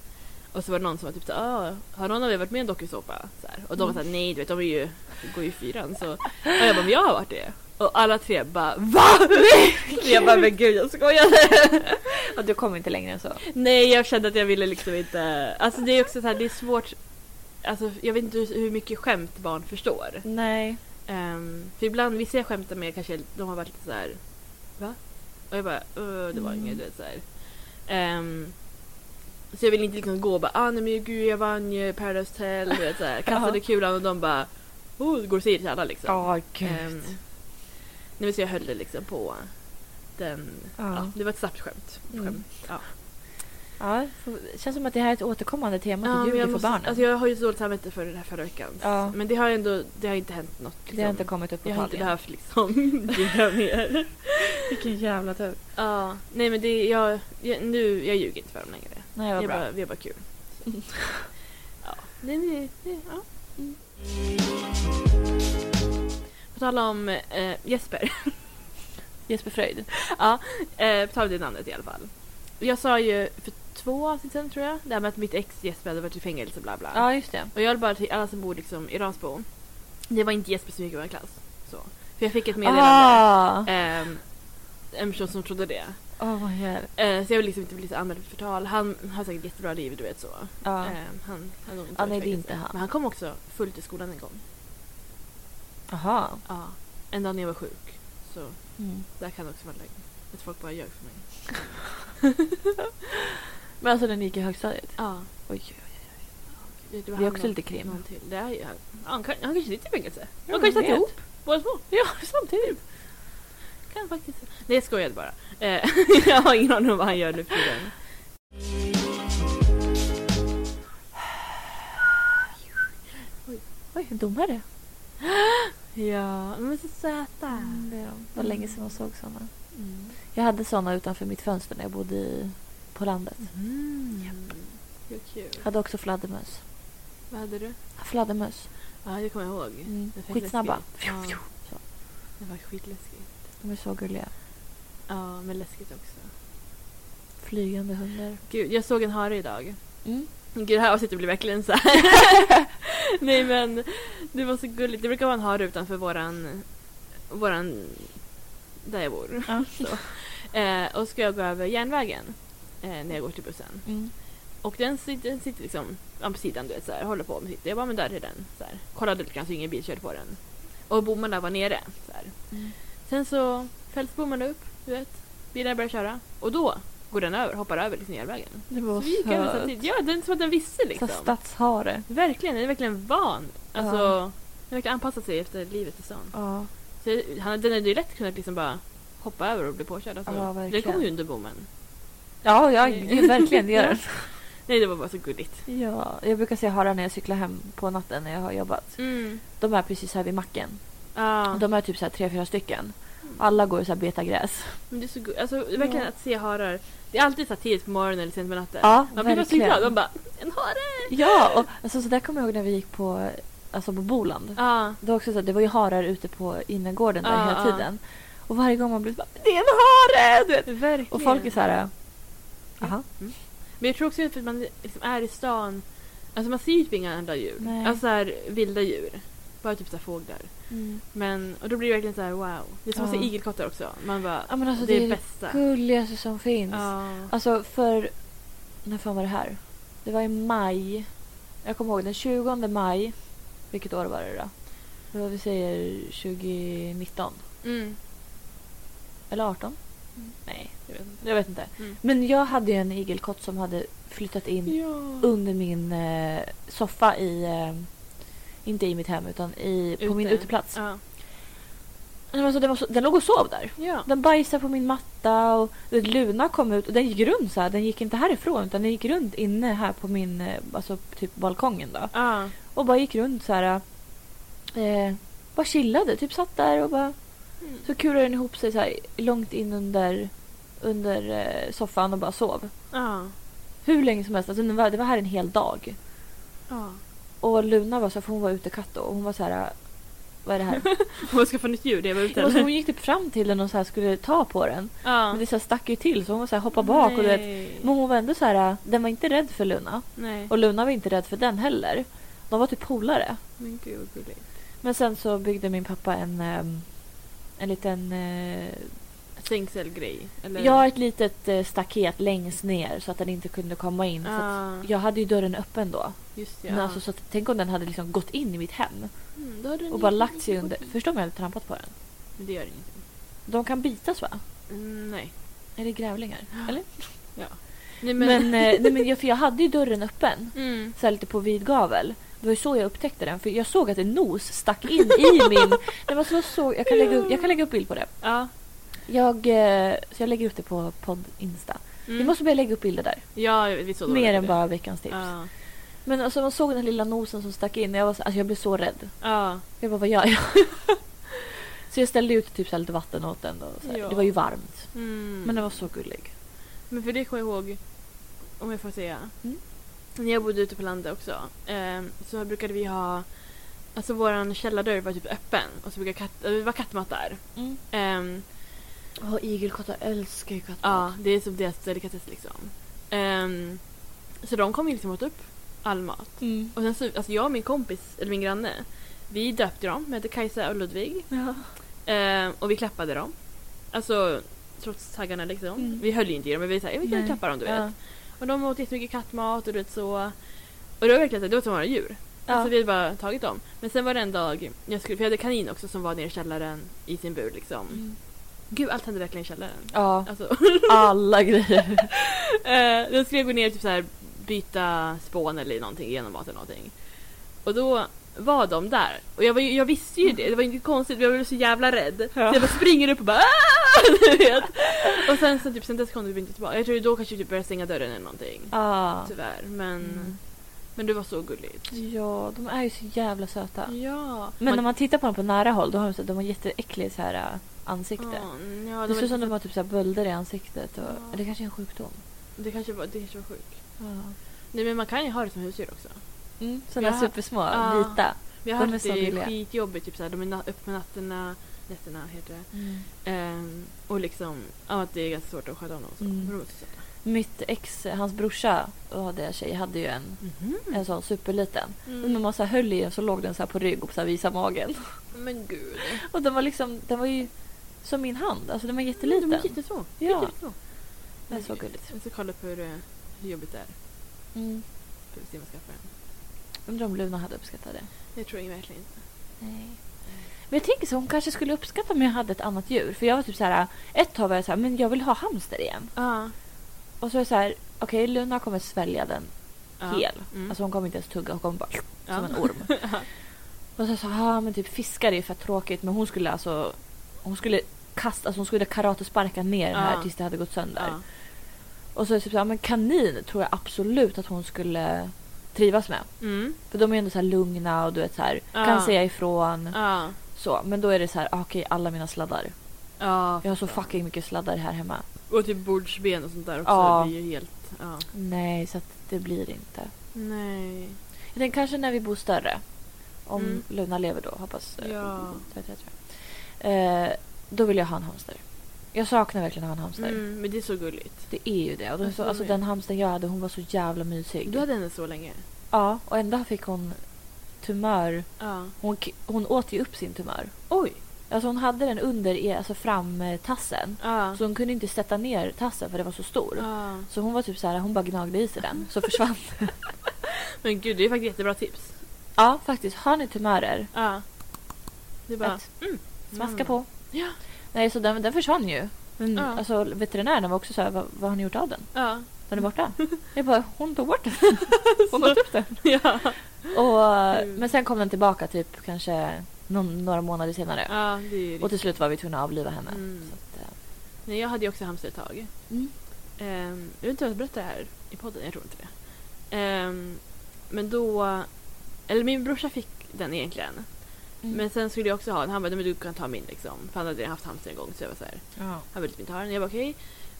B: Och så var det någon som var typ så "Ah, har någon av er varit med i en dokusåpa? Så här. Och de var såhär, nej du vet de är ju, går ju i fyran så. Och jag bara, men jag har varit det. Och alla tre bara, VA? Och jag bara, men gud jag skojade.
A: Ja, du kom inte längre än så.
B: nej jag kände att jag ville liksom inte, alltså det är också såhär, det är svårt. Alltså jag vet inte hur, hur mycket skämt barn förstår.
A: Nej.
B: Ehm, för ibland, vissa jag skämtar med kanske de har varit lite så här. Va? Och jag bara, "Öh, det var
A: Mm.
B: inget, du vet så här. Ehm, så jag vill inte liksom gå och bara, ah nej men gud jag vann ju Paradise Hotel, du vet så här. Kastade
A: Ja.
B: kulan och de bara, oh, det går och säger till alla liksom.
A: Ja,
B: Ehm,
A: gud.
B: nej men så jag höll det liksom på den, ja.
A: Ja.
B: det var ett snabbt skämt.
A: Mm.
B: skämt. Ja.
A: Ja, får- känns som att det här är ett återkommande tema
B: Ja,
A: till
B: men
A: jul
B: jag,
A: för
B: måste,
A: barnen.
B: alltså, jag har ju så dåligt samvete för den här förra veckan.
A: Ja.
B: Men det har ju ändå, det har inte hänt något. Liksom.
A: det Mm. har inte kommit upp på
B: Jag har inte
A: pallen.
B: behövt liksom ljuga mer.
A: Vilken jävla tur.
B: Ja, nej men det jag, jag, nu, jag ljuger inte för dem längre.
A: Nej, vad
B: Jag
A: bra.
B: bara, vi har bara kul. Så. ja. Nej, nej, nej, ja. Mm. På tal om eh, Jesper,
A: Jesper Fröjd.
B: eh, på tal om det namnet i alla fall. Jag sa ju för två avsnitt sedan tror jag, det här med att mitt ex Jesper hade varit i fängelse bla bla.
A: Ja, just det.
B: Och jag vill bara till alla som bor liksom i Ransbo. Det var inte Jesper som gick i vår klass. Så. För jag fick ett meddelande.
A: Ah!
B: ehm, en person som trodde det.
A: Åh, vad jävligt.
B: Eh, så jag vill liksom inte bli så anmäld för förtal. Han har säkert jättebra liv, du vet så.
A: Ja.
B: Eh, han, han har nog inte
A: Ja,
B: varit
A: nej, det är
B: fängelse.
A: inte han.
B: Men han kom också fullt i skolan en gång.
A: Aha.
B: Ja. En dag när jag var sjuk. Så
A: Mm.
B: där kan det också vara lögn. Att folk bara ljög för mig.
A: Men alltså den gick i högstadiet?
B: Ja.
A: Oj.
B: Det,
A: Det
B: var
A: är
B: han
A: också
B: och
A: lite krim.
B: Någon till. Det är ju han. Ja, han, kan, han kanske sitter i fängelse. De
A: Ja,
B: kanske satt
A: vem vet?
B: ihop. Båda två.
A: Ja, samtidigt.
B: Kan faktiskt. Nej, jag skojade bara. Eh, jag har ingen aning om vad han gör nu för tiden.
A: Oj, en domare.
B: Ja, men så söta.
A: Mm, det är de. Det var länge sedan man såg såna.
B: Mm.
A: Jag hade såna utanför mitt fönster när jag bodde i, på landet.
B: Mm. Hur kul.
A: Hade också fladdermöss.
B: Vad hade du?
A: Fladdermöss.
B: Ja, det kommer jag ihåg.
A: Mm.
B: Det var
A: Skitsnabba.
B: läskigt. Ja.
A: Så.
B: Det var skitläskigt.
A: De är så gulliga.
B: Ja, men läskigt också.
A: Flygande hundar.
B: Gud, jag såg en hare idag.
A: Mm.
B: Gud, det här avsnittet blir verkligen så här. Nej men, det var så gulligt. Det brukar vara en hare utanför våran... Våran... Där jag bor.
A: Ja.
B: Så. Eh, och ska jag gå över järnvägen eh, när jag går till bussen.
A: Mm.
B: Och den sitter, den sitter liksom ja, på sidan, du vet, så här, håller på med sitt. Jag bara, men där är den. Så här. Kollade lite grann så ingen bil körde på den. Och bommarna var nere. Så här.
A: Mm.
B: Sen så fälls bommarna upp, du vet. Bilar börjar köra. Och då går den över, hoppar över liksom järnvägen.
A: Det var
B: Så vi gick över samtidigt. Ja, den som att den visste liksom.
A: Så stadshare.
B: Verkligen, den är verkligen van. Alltså,
A: Ja.
B: den har verkligen anpassat sig efter livet i stan.
A: Ja.
B: Så jag- han, den hade ju lätt kunnat liksom bara hoppa över och bli påkörd. Alltså.
A: Ja,
B: den
A: verkligen.
B: kom ju under bommen.
A: Ja, ja
B: Det-
A: gud, verkligen. Det gör den.
B: Nej, det var bara så gulligt.
A: Ja, jag brukar se harar när jag cyklar hem på natten när jag har jobbat.
B: Mm.
A: De är precis här vid macken.
B: Ja.
A: De är typ så här tre, fyra stycken. Alla går och så här betar gräs.
B: Men det är så gulligt. Alltså, verkligen
A: Ja.
B: att se harar. Det är alltid så här tidigt på morgonen eller sent på natten.
A: Ja,
B: Man blir bara så
A: verkligen.
B: glad. Man bara ”En hare!”
A: Ja, och alltså, så där kommer jag ihåg när vi gick på, alltså, på Boland.
B: Ja.
A: Det var, också så, att det var ju harar ute på innergården där
B: Ja,
A: hela
B: ja.
A: tiden. Och varje gång man blev bara ”Det är en hare!” du vet.
B: Verkligen.
A: Och folk är så här... Aha.
B: Men jag tror också för att man liksom är i stan. Alltså man ser ju typ inga andra djur.
A: Nej.
B: Alltså så här, vilda djur. Bara typ så här fåglar. Mm. Men, och då blir det verkligen så här wow. Det är som att
A: Ja.
B: se igelkottar också. Man bara,
A: Ja, men alltså,
B: det,
A: det
B: är
A: är
B: bästa.
A: Gulligaste som finns.
B: Ja.
A: Alltså för... När fan var det här? Det var i maj. Jag kommer ihåg den 20 maj. Vilket år var det då? Det var vi säger 2019.
B: Mm.
A: Eller 18? Nej, jag vet inte.
B: Mm.
A: Men jag hade ju en igelkott som hade flyttat in
B: Ja.
A: under min eh, soffa i... Eh, inte i mitt hem utan i, på min
B: Ute.
A: uteplats.
B: Ja.
A: Men Alltså, den, var så, den låg och sov där.
B: ja.
A: Den bajsade på min matta och du vet, Luna kom ut och den gick runt så här. Den gick inte härifrån utan den gick runt inne här på min eh, alltså, typ balkongen då.
B: Ja.
A: Och bara gick runt så här. Eh, bara chillade. Typ satt där och bara
B: Mm.
A: så kurade den ihop sig så här långt in under, under eh, soffan och bara sov.
B: Ja.
A: Hur länge som helst. Alltså, den var, det var här en hel dag.
B: Ja.
A: Typ. Och Luna var så här, för hon var utekatt då och hon var så här. Vad är det här?
B: Hon ska få nytt djur, det var ute.
A: Och så hon gick typ fram till den och så här skulle ta på den.
B: Ja.
A: Men det så här stack ju till så hon var så här, hoppa bak och du vet,
B: Nej.
A: Men hon var ändå så här, den var inte rädd för Luna.
B: Nej.
A: Och Luna var inte rädd för den heller. De var typ polare.
B: Men gud vad gulligt.
A: Men sen så byggde min pappa en, ehm, en liten... eh,
B: Stängselgrej. Eller?
A: Ja, ett litet eh, staket längst ner så att den inte kunde komma in. För att
B: Ja.
A: jag hade ju dörren öppen då.
B: Just det,
A: Men
B: ja.
A: alltså, så att, tänk om den hade liksom gått in i mitt hem
B: Mm, då har du en
A: och bara
B: liten
A: lagt sig under.
B: igelkott.
A: Förstå om jag hade trampat på den.
B: Men det gör ingenting.
A: De kan bitas va?
B: Mm, nej.
A: Är det grävlingar? Eller?
B: nej
A: Men, eh, nej, men jag, för jag hade ju dörren öppen.
B: Mm.
A: så här lite på vid gavel. Det var ju så jag upptäckte den för jag såg att en nos stack in i min... Nej, men så såg, jag, kan lägga upp, jag kan lägga upp bild på det.
B: Ja.
A: Jag, eh, så jag lägger upp det på podd Insta. Vi
B: Mm.
A: måste börja lägga upp bilder där.
B: Ja, jag vet, vi såg
A: Mer än bara veckans tips.
B: Ja.
A: Men alltså, man såg den lilla nosen som stack in och jag, var så, alltså, jag blev så rädd.
B: ja.
A: Jag bara, vad gör jag? så jag ställde ut typ så här lite vatten åt den. Då, så här.
B: Ja.
A: Det var ju varmt.
B: Mm.
A: Men den var så gullig.
B: Men för det kommer jag ihåg, om jag får säga.
A: Mm.
B: När jag bodde ute på landet också eh, så brukade vi ha, alltså våran källardörr var typ öppen och så brukade katt, eh, det var kattmat där.
A: Mm.
B: Ehm,
A: Oh, igelkottar älskar ju kattmat.
B: ja, det är som deras delikatess liksom. Ehm, så de kom ju liksom åt upp all mat.
A: Mm.
B: Och sen så, alltså jag och min kompis, eller min granne, vi döpte dem, de hette Kajsa och Ludvig.
A: Ja.
B: Ehm, och vi klappade dem. Alltså trots taggarna liksom.
A: Mm.
B: Vi höll ju inte i dem men vi sa "Ja, vi kan
A: Nej.
B: klappa dem du vet.
A: Ja.
B: Och de åt jättemycket kattmat och du vet så. Och det var verkligen så, här, det var som våra djur.
A: Ja.
B: Alltså vi hade bara tagit dem. Men sen var det en dag, jag skulle, för jag hade kanin också som var nere i källaren i sin bur liksom.
A: Mm.
B: Gud allt hände verkligen i källaren.
A: ja,
B: Alltså,
A: alla grejer.
B: eh, då skulle jag gå ner och typ så här, byta spån eller någonting, genom mat eller någonting. Och då var de där. Och jag, var ju, jag visste ju det, det var inte konstigt, men jag blev så jävla rädd. Så jag bara springer upp och bara "Aah!" du vet. Och sen, sen, typ, sen dess kom de inte tillbaka. Jag tror då kanske typ började stänga dörren eller någonting.
A: Ja.
B: Tyvärr, men,
A: Mm.
B: men det var så gulligt.
A: Ja, de är ju så jävla söta.
B: Ja.
A: Men när man tittar på dem på nära håll då har de, så, de har jätteäckliga så här, äh, ansikte.
B: Ja, ja,
A: det
B: de
A: ser ut som
B: det,
A: de har typ så här bölder i ansiktet. Och,
B: Ja.
A: Det kanske är en sjukdom. Mm.
B: det kanske var, det kanske var sjukt.
A: Ja.
B: Nej men man kan ju ha det som husdjur också.
A: Mm, sådana
B: Ja.
A: supersmå,
B: Ja.
A: vita.
B: Vi har
A: De
B: haft
A: är
B: det
A: så gulliga.
B: skitjobbigt, typ såhär, de är na- uppe på nätterna, nätterna heter det. Ehm, och liksom, ja att det är ganska svårt att sköta om dem och så.
A: Mm.
B: Men de är så söta.
A: Mitt ex, hans brorsa och det tjej hade ju en, en sån superliten.
B: Mm.
A: Mhm. Men När man så här höll i den så låg den så här på rygg och så här visade magen.
B: Men gud.
A: Och den var liksom, den var ju som min hand. Alltså den var jätteliten.
B: Mm, De är jättesmå.
A: Ja.
B: Jättesmå.
A: Det är så gulligt.
B: Jag ska kolla upp hur, eh, hur jobbigt det är.
A: Mm.
B: För att se om jag skaffar en.
A: Undrar om Luna hade uppskattat det.
B: Jag tror verkligen inte.
A: Nej. Men jag tänker så hon kanske skulle uppskatta om jag hade ett annat djur. För jag var typ så här, ett tag var jag så här, men jag vill ha hamster igen.
B: Ja.
A: Och så är jag så här, okej Luna kommer svälja den hel.
B: Mm.
A: Alltså hon kommer inte ens tugga, hon kommer bara
B: Ja.
A: som en orm. Och så sa ah, men typ fiskar är ju fett tråkigt men hon skulle alltså hon skulle kasta, alltså hon skulle karatesparka ner den här
B: Ja.
A: tills det hade gått sönder.
B: Ja.
A: Och så är det typ så här, men kanin tror jag absolut att hon skulle trivas med.
B: Mm.
A: För de är ändå så här lugna och du vet så här,
B: Ja.
A: kan säga ifrån.
B: Ja.
A: Så, men då är det så här, ah, okej alla mina sladdar.
B: Ja.
A: Jag har så fucking mycket sladdar här hemma.
B: Och typ bordsben och sånt där också.
A: Ja.
B: Det blir ju helt... Ja.
A: Nej, så att det blir inte.
B: Nej.
A: Jag tänker kanske när vi bor större. Om
B: Mm.
A: Luna lever då, hoppas eh,
B: Ja.
A: tror jag, tror jag. Eh, då vill jag ha en hamster. Jag saknar verkligen att ha en hamster.
B: Mm, men det är så gulligt.
A: Det är ju det. Och den,
B: Alltså,
A: så, alltså,
B: de-
A: den hamsten jag hade hon var så jävla mysig.
B: Du hade henne så länge.
A: Ja, och ändå fick hon tumör.
B: Ja.
A: Hon, k- hon åt ju upp sin tumör.
B: Oj.
A: Alltså hon hade den under e- alltså framtassen.
B: Ja.
A: Så hon kunde inte sätta ner tassen för den var så stor.
B: ja.
A: Så hon var typ så här, hon bara gnagde i sig den. Så försvann
B: Men gud, det är faktiskt jättebra tips.
A: Ja, faktiskt. Har ni tumörer,
B: Ja. Det är bara...
A: Ett.
B: Mm.
A: smaska
B: Mm.
A: på.
B: Ja.
A: Nej, så den, den försvann ju. Men
B: Ja.
A: alltså, veterinären var också så här, vad, vad har ni gjort av den?
B: Ja.
A: Den är borta. Jag bara, hon tog bort den. Hon åt upp den.
B: ja.
A: Och,
B: Mm.
A: men sen kom den tillbaka typ kanske någon, några månader senare.
B: Ja, det är
A: Och
B: riktigt.
A: till slut var vi tvungna att avliva henne.
B: Mm.
A: Så att, eh,
B: Nej, jag hade ju också hamster ett tag.
A: Mm.
B: Ehm, jag vet inte om jag berättar det här i podden, jag tror inte det. Ehm, men då... Eller min brorsa fick den egentligen.
A: mm.
B: Men sen skulle jag också ha den. Han bara, "Nej, men du kan ta min liksom. För han hade redan haft hamster en gång. Så jag var så här,
A: ja.
B: han ville typ inte ha den. Jag bara okej.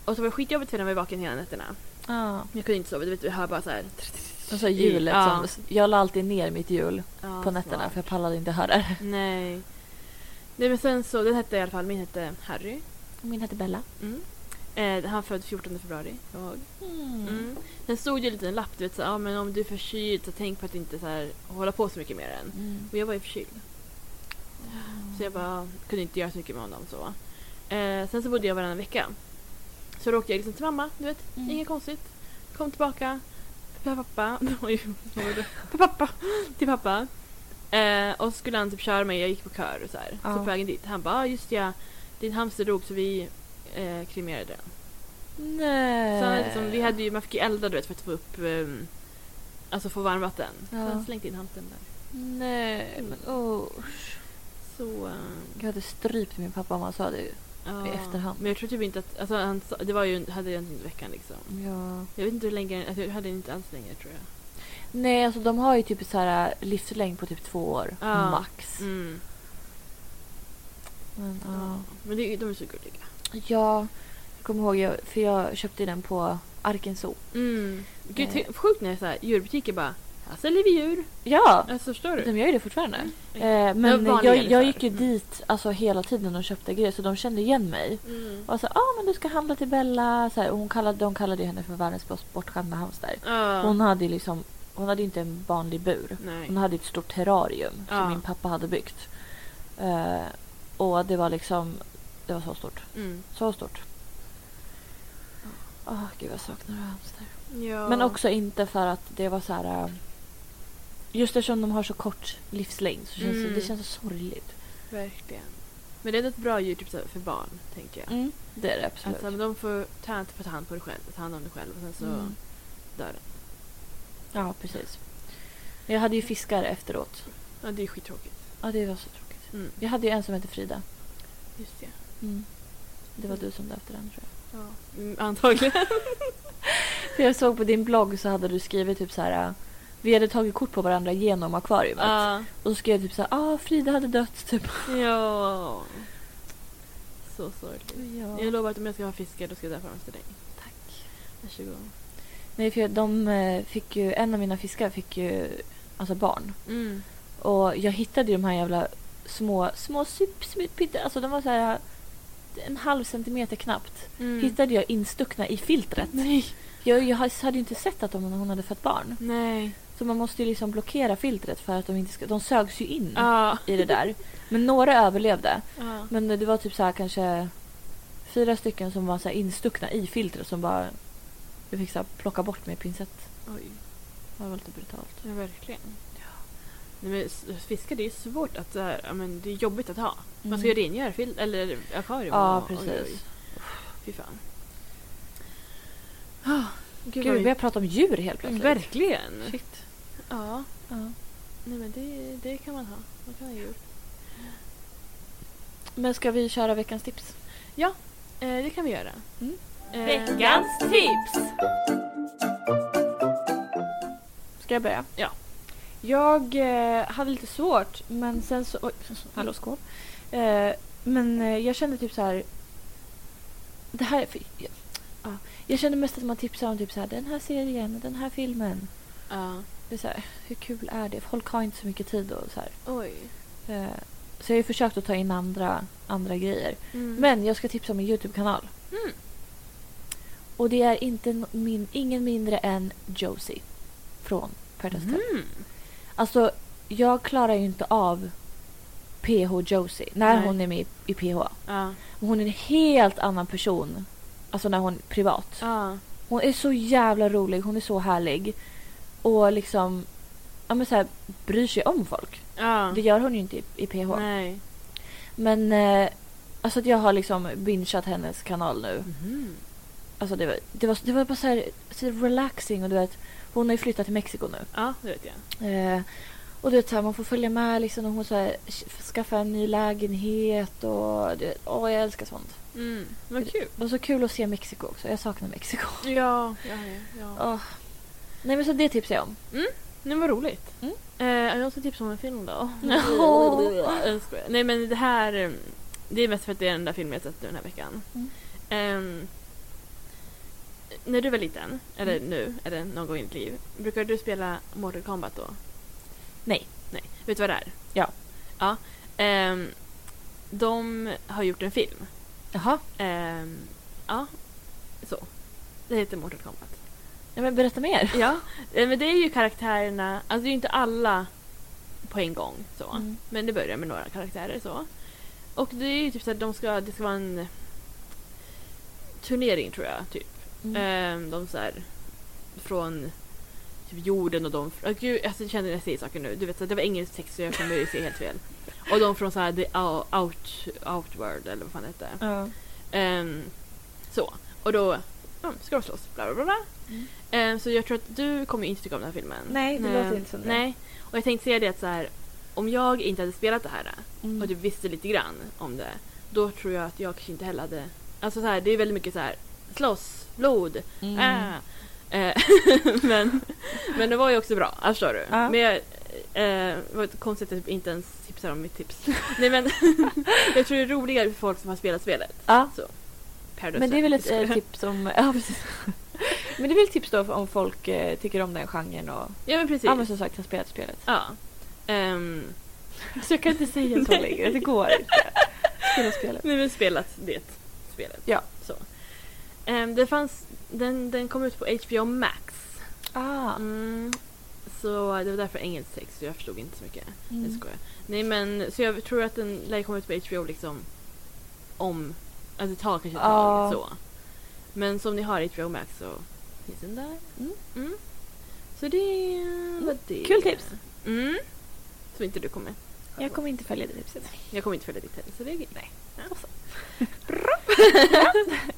B: Och så var det skitjobbigt för den var vaken hela nätterna.
A: Ja.
B: Jag kunde inte sova. Du vet, jag hör bara så här.
A: Och så Alltså, hjulet
B: Ja.
A: som, jag la alltid ner mitt hjul
B: Ja,
A: på nätterna
B: smart.
A: för jag pallade inte höra det.
B: Nej. Nej men sen så, den hette i alla fall, min hette Harry.
A: Min hette Bella.
B: Mm. Eh, han föddes 14 februari, kommer jag ihåg. Mm. Sen stod det en liten lapp, du vet så här, ah, men om du är förkyld så tänk på att inte så här, hålla på så mycket med den.
A: Mm.
B: Och jag var ju förkyld. Så jag bara, kunde inte göra så mycket med honom. Så. Eh, sen så bodde jag varannan vecka. Så då åkte jag liksom till mamma, du vet.
A: Mm.
B: Inget konstigt. Kom tillbaka till pappa. Oj, vad var det? Till pappa. Till pappa. Eh, och så skulle han typ köra mig, jag gick på kör och så här.
A: Ja.
B: Så på vägen dit, han bara, ah, just ja, din hamster dog så vi eh, kremerade den.
A: Nej.
B: Så
A: Eh.
B: han hade liksom, vi hade ju, man fick ju elda du vet för att få upp, ehm, alltså få varmvatten. Så
A: Ja.
B: han slängde in hamstern där.
A: Nej, men usch.
B: Så, eh,
A: Jag hade strypt min pappa om han sa det ju.
B: ja.
A: I efterhand.
B: Men jag tror typ inte att, alltså han, sa- det var ju, hade jag inte under veckan liksom.
A: Ja.
B: Jag vet inte hur länge, alltså, jag hade den inte alls länge tror jag.
A: Nej, alltså de har ju typ så här livslängd på typ två år.
B: Ja.
A: Max.
B: Mm.
A: Men, ja.
B: Ja. Men det, de är så gulliga.
A: ja, jag kommer ihåg, jag, för jag köpte ju den på Arken Zoo.
B: Mm. Gud,
A: Eh.
B: ty- sjukt när det är så här, djurbutiker bara, här säljer vi djur.
A: Ja,
B: Alltså förstår du?
A: de gör ju det fortfarande.
B: Mm.
A: Eh, men
B: Ja, vanliga
A: jag, jag gick ju
B: liksom. Mm.
A: dit alltså, hela tiden och köpte grejer så de kände igen mig.
B: Mm.
A: Och så, ah, men du ska handla till Bella. Så här, och hon kallade, de kallade ju henne för världens mest bortskämda hamster.
B: Ja.
A: Hon hade ju liksom, hon hade ju inte en vanlig bur.
B: Nej.
A: Hon hade ett stort terrarium
B: Ja.
A: som min pappa hade byggt. Eh, och det var liksom, det var så stort.
B: Mm.
A: Så stort. Åh, gud jag saknar hamster.
B: Ja.
A: Men också inte för att det var så här... äh, Just eftersom de har så kort livslängd så känns
B: Mm.
A: det, det känns så sorgligt.
B: Verkligen. Men det är ett bra djur typ, så här för barn, tänker jag.
A: Det är det absolut.
B: Att, ja, men de får ta, ta ta hand, på det själv, ta hand om det själv och sen så
A: Mm.
B: dör den.
A: Ja, precis. Men Jag hade ju fiskar efteråt.
B: Ja, det är skittråkigt.
A: Ja, det var så tråkigt.
B: Mm.
A: Jag hade ju en som hette Frida.
B: Just det.
A: Det var du som döpte den tror jag.
B: Ja. Mm, antagligen.
A: För jag såg på din blogg så hade du skrivit typ så här... äh, Vi hade tagit kort på varandra genom akvariet.
B: ja.
A: Och så skrev jag typ så här, ah Frida hade dött. Typ.
B: ja. Så sorgligt. Jag
A: Ja.
B: lovar att om jag ska ha fiskar då ska jag döpa dem till dig.
A: Tack.
B: Varsågod.
A: Nej, för jag- de eh, fick ju, en av mina fiskar fick ju alltså barn.
B: Mm.
A: Och jag hittade ju de här jävla små, små sup- sup- pytte, alltså de var så här äh, en halv centimeter knappt.
B: Mm.
A: Hittade jag instuckna i filtret.
B: Nej.
A: Jag, jag hade ju inte sett att de, hon hade fött barn.
B: Nej.
A: Så man måste ju liksom blockera filtret för att de inte ska, de sögs ju in
B: Ja.
A: i det där. Men några överlevde.
B: Mm. Ja.
A: Men det var typ så här kanske fyra stycken som var så här instuckna i filtret som bara, jag fick så här plocka bort med pincett.
B: Oj.
A: Det var lite brutalt.
B: Ja, verkligen. Nej, men s- fiskar det är ju svårt att så här, ja, men det är jobbigt att ha. Man ska ju rengöra fil- eller akvarium.
A: Mm. Ja,
B: och- oj, oj,
A: precis.
B: oj. Fy fan. Ah, gud,
A: Gud, vi
B: vad-
A: börjar prata om djur helt plötsligt.
B: Mm, Verkligen.
A: Shit.
B: Ja,
A: Ja.
B: nej men det, det kan man ha. Man kan ha djur.
A: Men ska vi köra veckans tips?
B: Eh, det kan vi göra.
A: Mm.
B: Eh,
D: Veckans tips!
A: Ska jag börja?
B: Ja.
A: Jag eh, hade lite svårt, men sen så... Oj, hallå, skål. Eh, men eh, jag kände typ så här... Det här... För, ja, ja. jag kände mest att man tipsar om typ så här, den här serien, den här filmen.
B: Ja.
A: Det är så här, hur kul är det? Folk har inte så mycket tid och så här.
B: Oj.
A: Eh, så jag har ju försökt att ta in andra, andra grejer.
B: Mm.
A: Men jag ska tipsa om min Youtube-kanal. Och det är inte no- min, ingen mindre än Josie från Paradise Hotel.
B: Mm.
A: Alltså, jag klarar ju inte av PH Josie när
B: Nej.
A: hon är med i, i PH.
B: Ja.
A: Hon är en helt annan person. Alltså när hon är privat.
B: Ja.
A: Hon är så jävla rolig, hon är så härlig. Och liksom, ja men så här, bryr sig om folk.
B: Ja.
A: Det gör hon ju inte i, i PH.
B: Nej.
A: Men eh, alltså att jag har liksom bingeat hennes kanal nu.
B: Mhm.
A: Alltså det var, det var, det var bara så här, så här relaxing och du vet, hon har ju flyttat till Mexiko nu.
B: Ja, det vet jag.
A: Eh, och du vet, så här, man får följa med liksom och hon så här, skaffar en ny lägenhet och du vet, åh jag älskar sånt.
B: Mm. Vad kul.
A: Det var så kul att se Mexiko också, jag saknar Mexiko.
B: Ja. ja, ja, ja.
A: Åh. Nej men så det tipsar jag om.
B: Nej, vad roligt.
A: Mm.
B: Eh, jag ska tipsa om en film då.
A: Ja.
B: Jag skojar. Nej men det här, eh, det är mest för att det är den där filmen jag sett nu den här veckan.
A: Mm.
B: Ehm, när du var liten, eller
A: Mm.
B: nu, eller någon gång i ditt liv, brukade du spela Mortal Kombat då?
A: Nej.
B: Nej. Vet du vad det är?
A: Ja.
B: Ja. Ehm, de har gjort en film.
A: Jaha,
B: Ehm, ja, så. Det heter Mortal Kombat.
A: Nej, men berätta mer.
B: Ja, eh, men det är ju karaktärerna, alltså det är ju inte alla på en gång så.
A: Mm.
B: Men det börjar med några karaktärer så. Och det är ju typ så att de ska, det ska vara en turnering tror jag, typ.
A: Mm.
B: Eh, De så här, från typ jorden och de... Oh, gud, alltså, jag känner när jag säger saker nu. Du vet, så här, det var engelsk text så jag kommer ju se helt fel. Och de från så här, the out, out, outward eller vad fan det heter.
A: Ja.
B: Ehm, så. Och då ja, ska de slåss. Bla, bla, bla, bla.
A: Mm.
B: Ehm, så jag tror att du kommer inte tycka om den här filmen.
A: Nej, det
B: Ehm,
A: låter inte som det.
B: Nej. Och jag tänkte säga det att så här, om jag inte hade spelat det här
A: Mm.
B: och du visste lite grann om det, då tror jag att jag kanske inte heller hade... Alltså så här, det är väldigt mycket så här, slåss, blod,
A: Mm.
B: Ah. Eh, men, men det var ju också bra, alltså, förstår du.
A: Ja.
B: Men jag, eh, det var ett konstigt att jag inte ens tipsar om mitt tips. Nej men, jag tror det är roligare för folk som har spelat spelet.
A: Ja.
B: Paradise
A: Men det är väl ett
B: Hotel.
A: eh, tips om... Ja, precis. men det är väl ett tips då om folk eh, tycker om den genren och
B: Ja men precis.
A: ja, men som sagt har spelat spelet.
B: Ja. Ehm,
A: Så Alltså, jag kan inte säga så
B: Nej.
A: längre, det går inte. Spela spelet.
B: nej men spelat det spelet.
A: Ja.
B: Så. Ehm, det fanns, den, den kom ut på HBO Max.
A: Ah.
B: Mm, så det var därför engelsk text så jag förstod inte så mycket. Jag
A: Mm.
B: skojar. Nej men så jag tror att den lär komma ut på HBO liksom om, alltså det tar kanske ett
A: Ja.
B: tag så. Men som ni har HBO Max så finns den där.
A: Mm.
B: Mm. Så det var det.
A: Kul tips.
B: Mm. Som inte du kommer.
A: Jag kommer inte följa det tipset.
B: Jag kommer inte följa ditt heller så det är grej. Nej.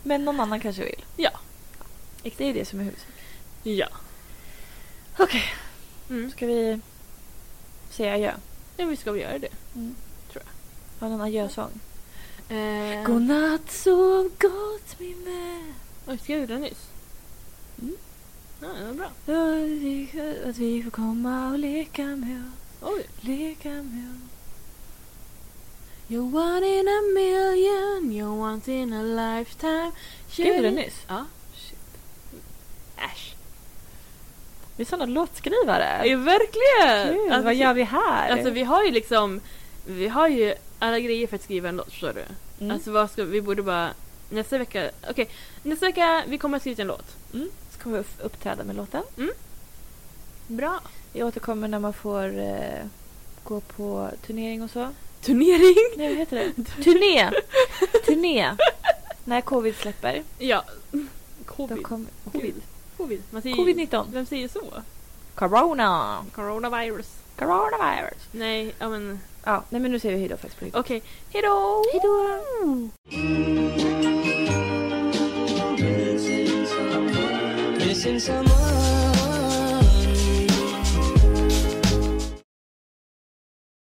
A: Men någon annan kanske vill.
B: Ja.
A: Det är det som är huvudsaken.
B: Ja.
A: Okej,
B: Mm.
A: ska vi säga adjö?
B: Ja vi ska väl göra det.
A: Mm. Har någon adjösång?
B: Eh,
A: Mm. Godnatt sov gott min vän.
B: Oj, skrev du den nyss?
A: Mm.
B: Ja, det var bra.
A: Att vi- Att vi får komma och leka med oss.
B: Oj.
A: Leka med oss.
B: You're one in a million, you're once in a lifetime.
A: Skrev du den nyss?
B: Ja. Shit. Äsch.
A: Vi är sådana låtskrivare.
B: Ja, verkligen!
A: Kul,
B: Alltså,
A: vad gör vi här?
B: Alltså vi har ju liksom, vi har ju alla grejer för att skriva en låt, förstår du?
A: Mm.
B: Alltså vad ska, vi borde bara, nästa vecka, okej, nästa vecka, vi kommer att skriva en låt.
A: Mm.
B: Mm.
A: Så kommer vi upp- uppträda med låten.
B: Bra.
A: Vi återkommer när man får eh, gå på turnering och så.
B: Turnering!
A: Nej, vad heter det? Turné! Turné! När covid släpper.
B: Ja.
A: Då
B: Covid.
A: kommer...
B: Covid. Covid. Man säger,
A: Covid-19.
B: Vem säger så?
A: Corona!
B: Coronavirus.
A: Coronavirus.
B: Nej, ja men
A: Ja, nej men nu säger vi hejdå faktiskt på riktigt.
B: okej. Hejdå!
A: Hejdå!
C: Missing someone. Missing someone.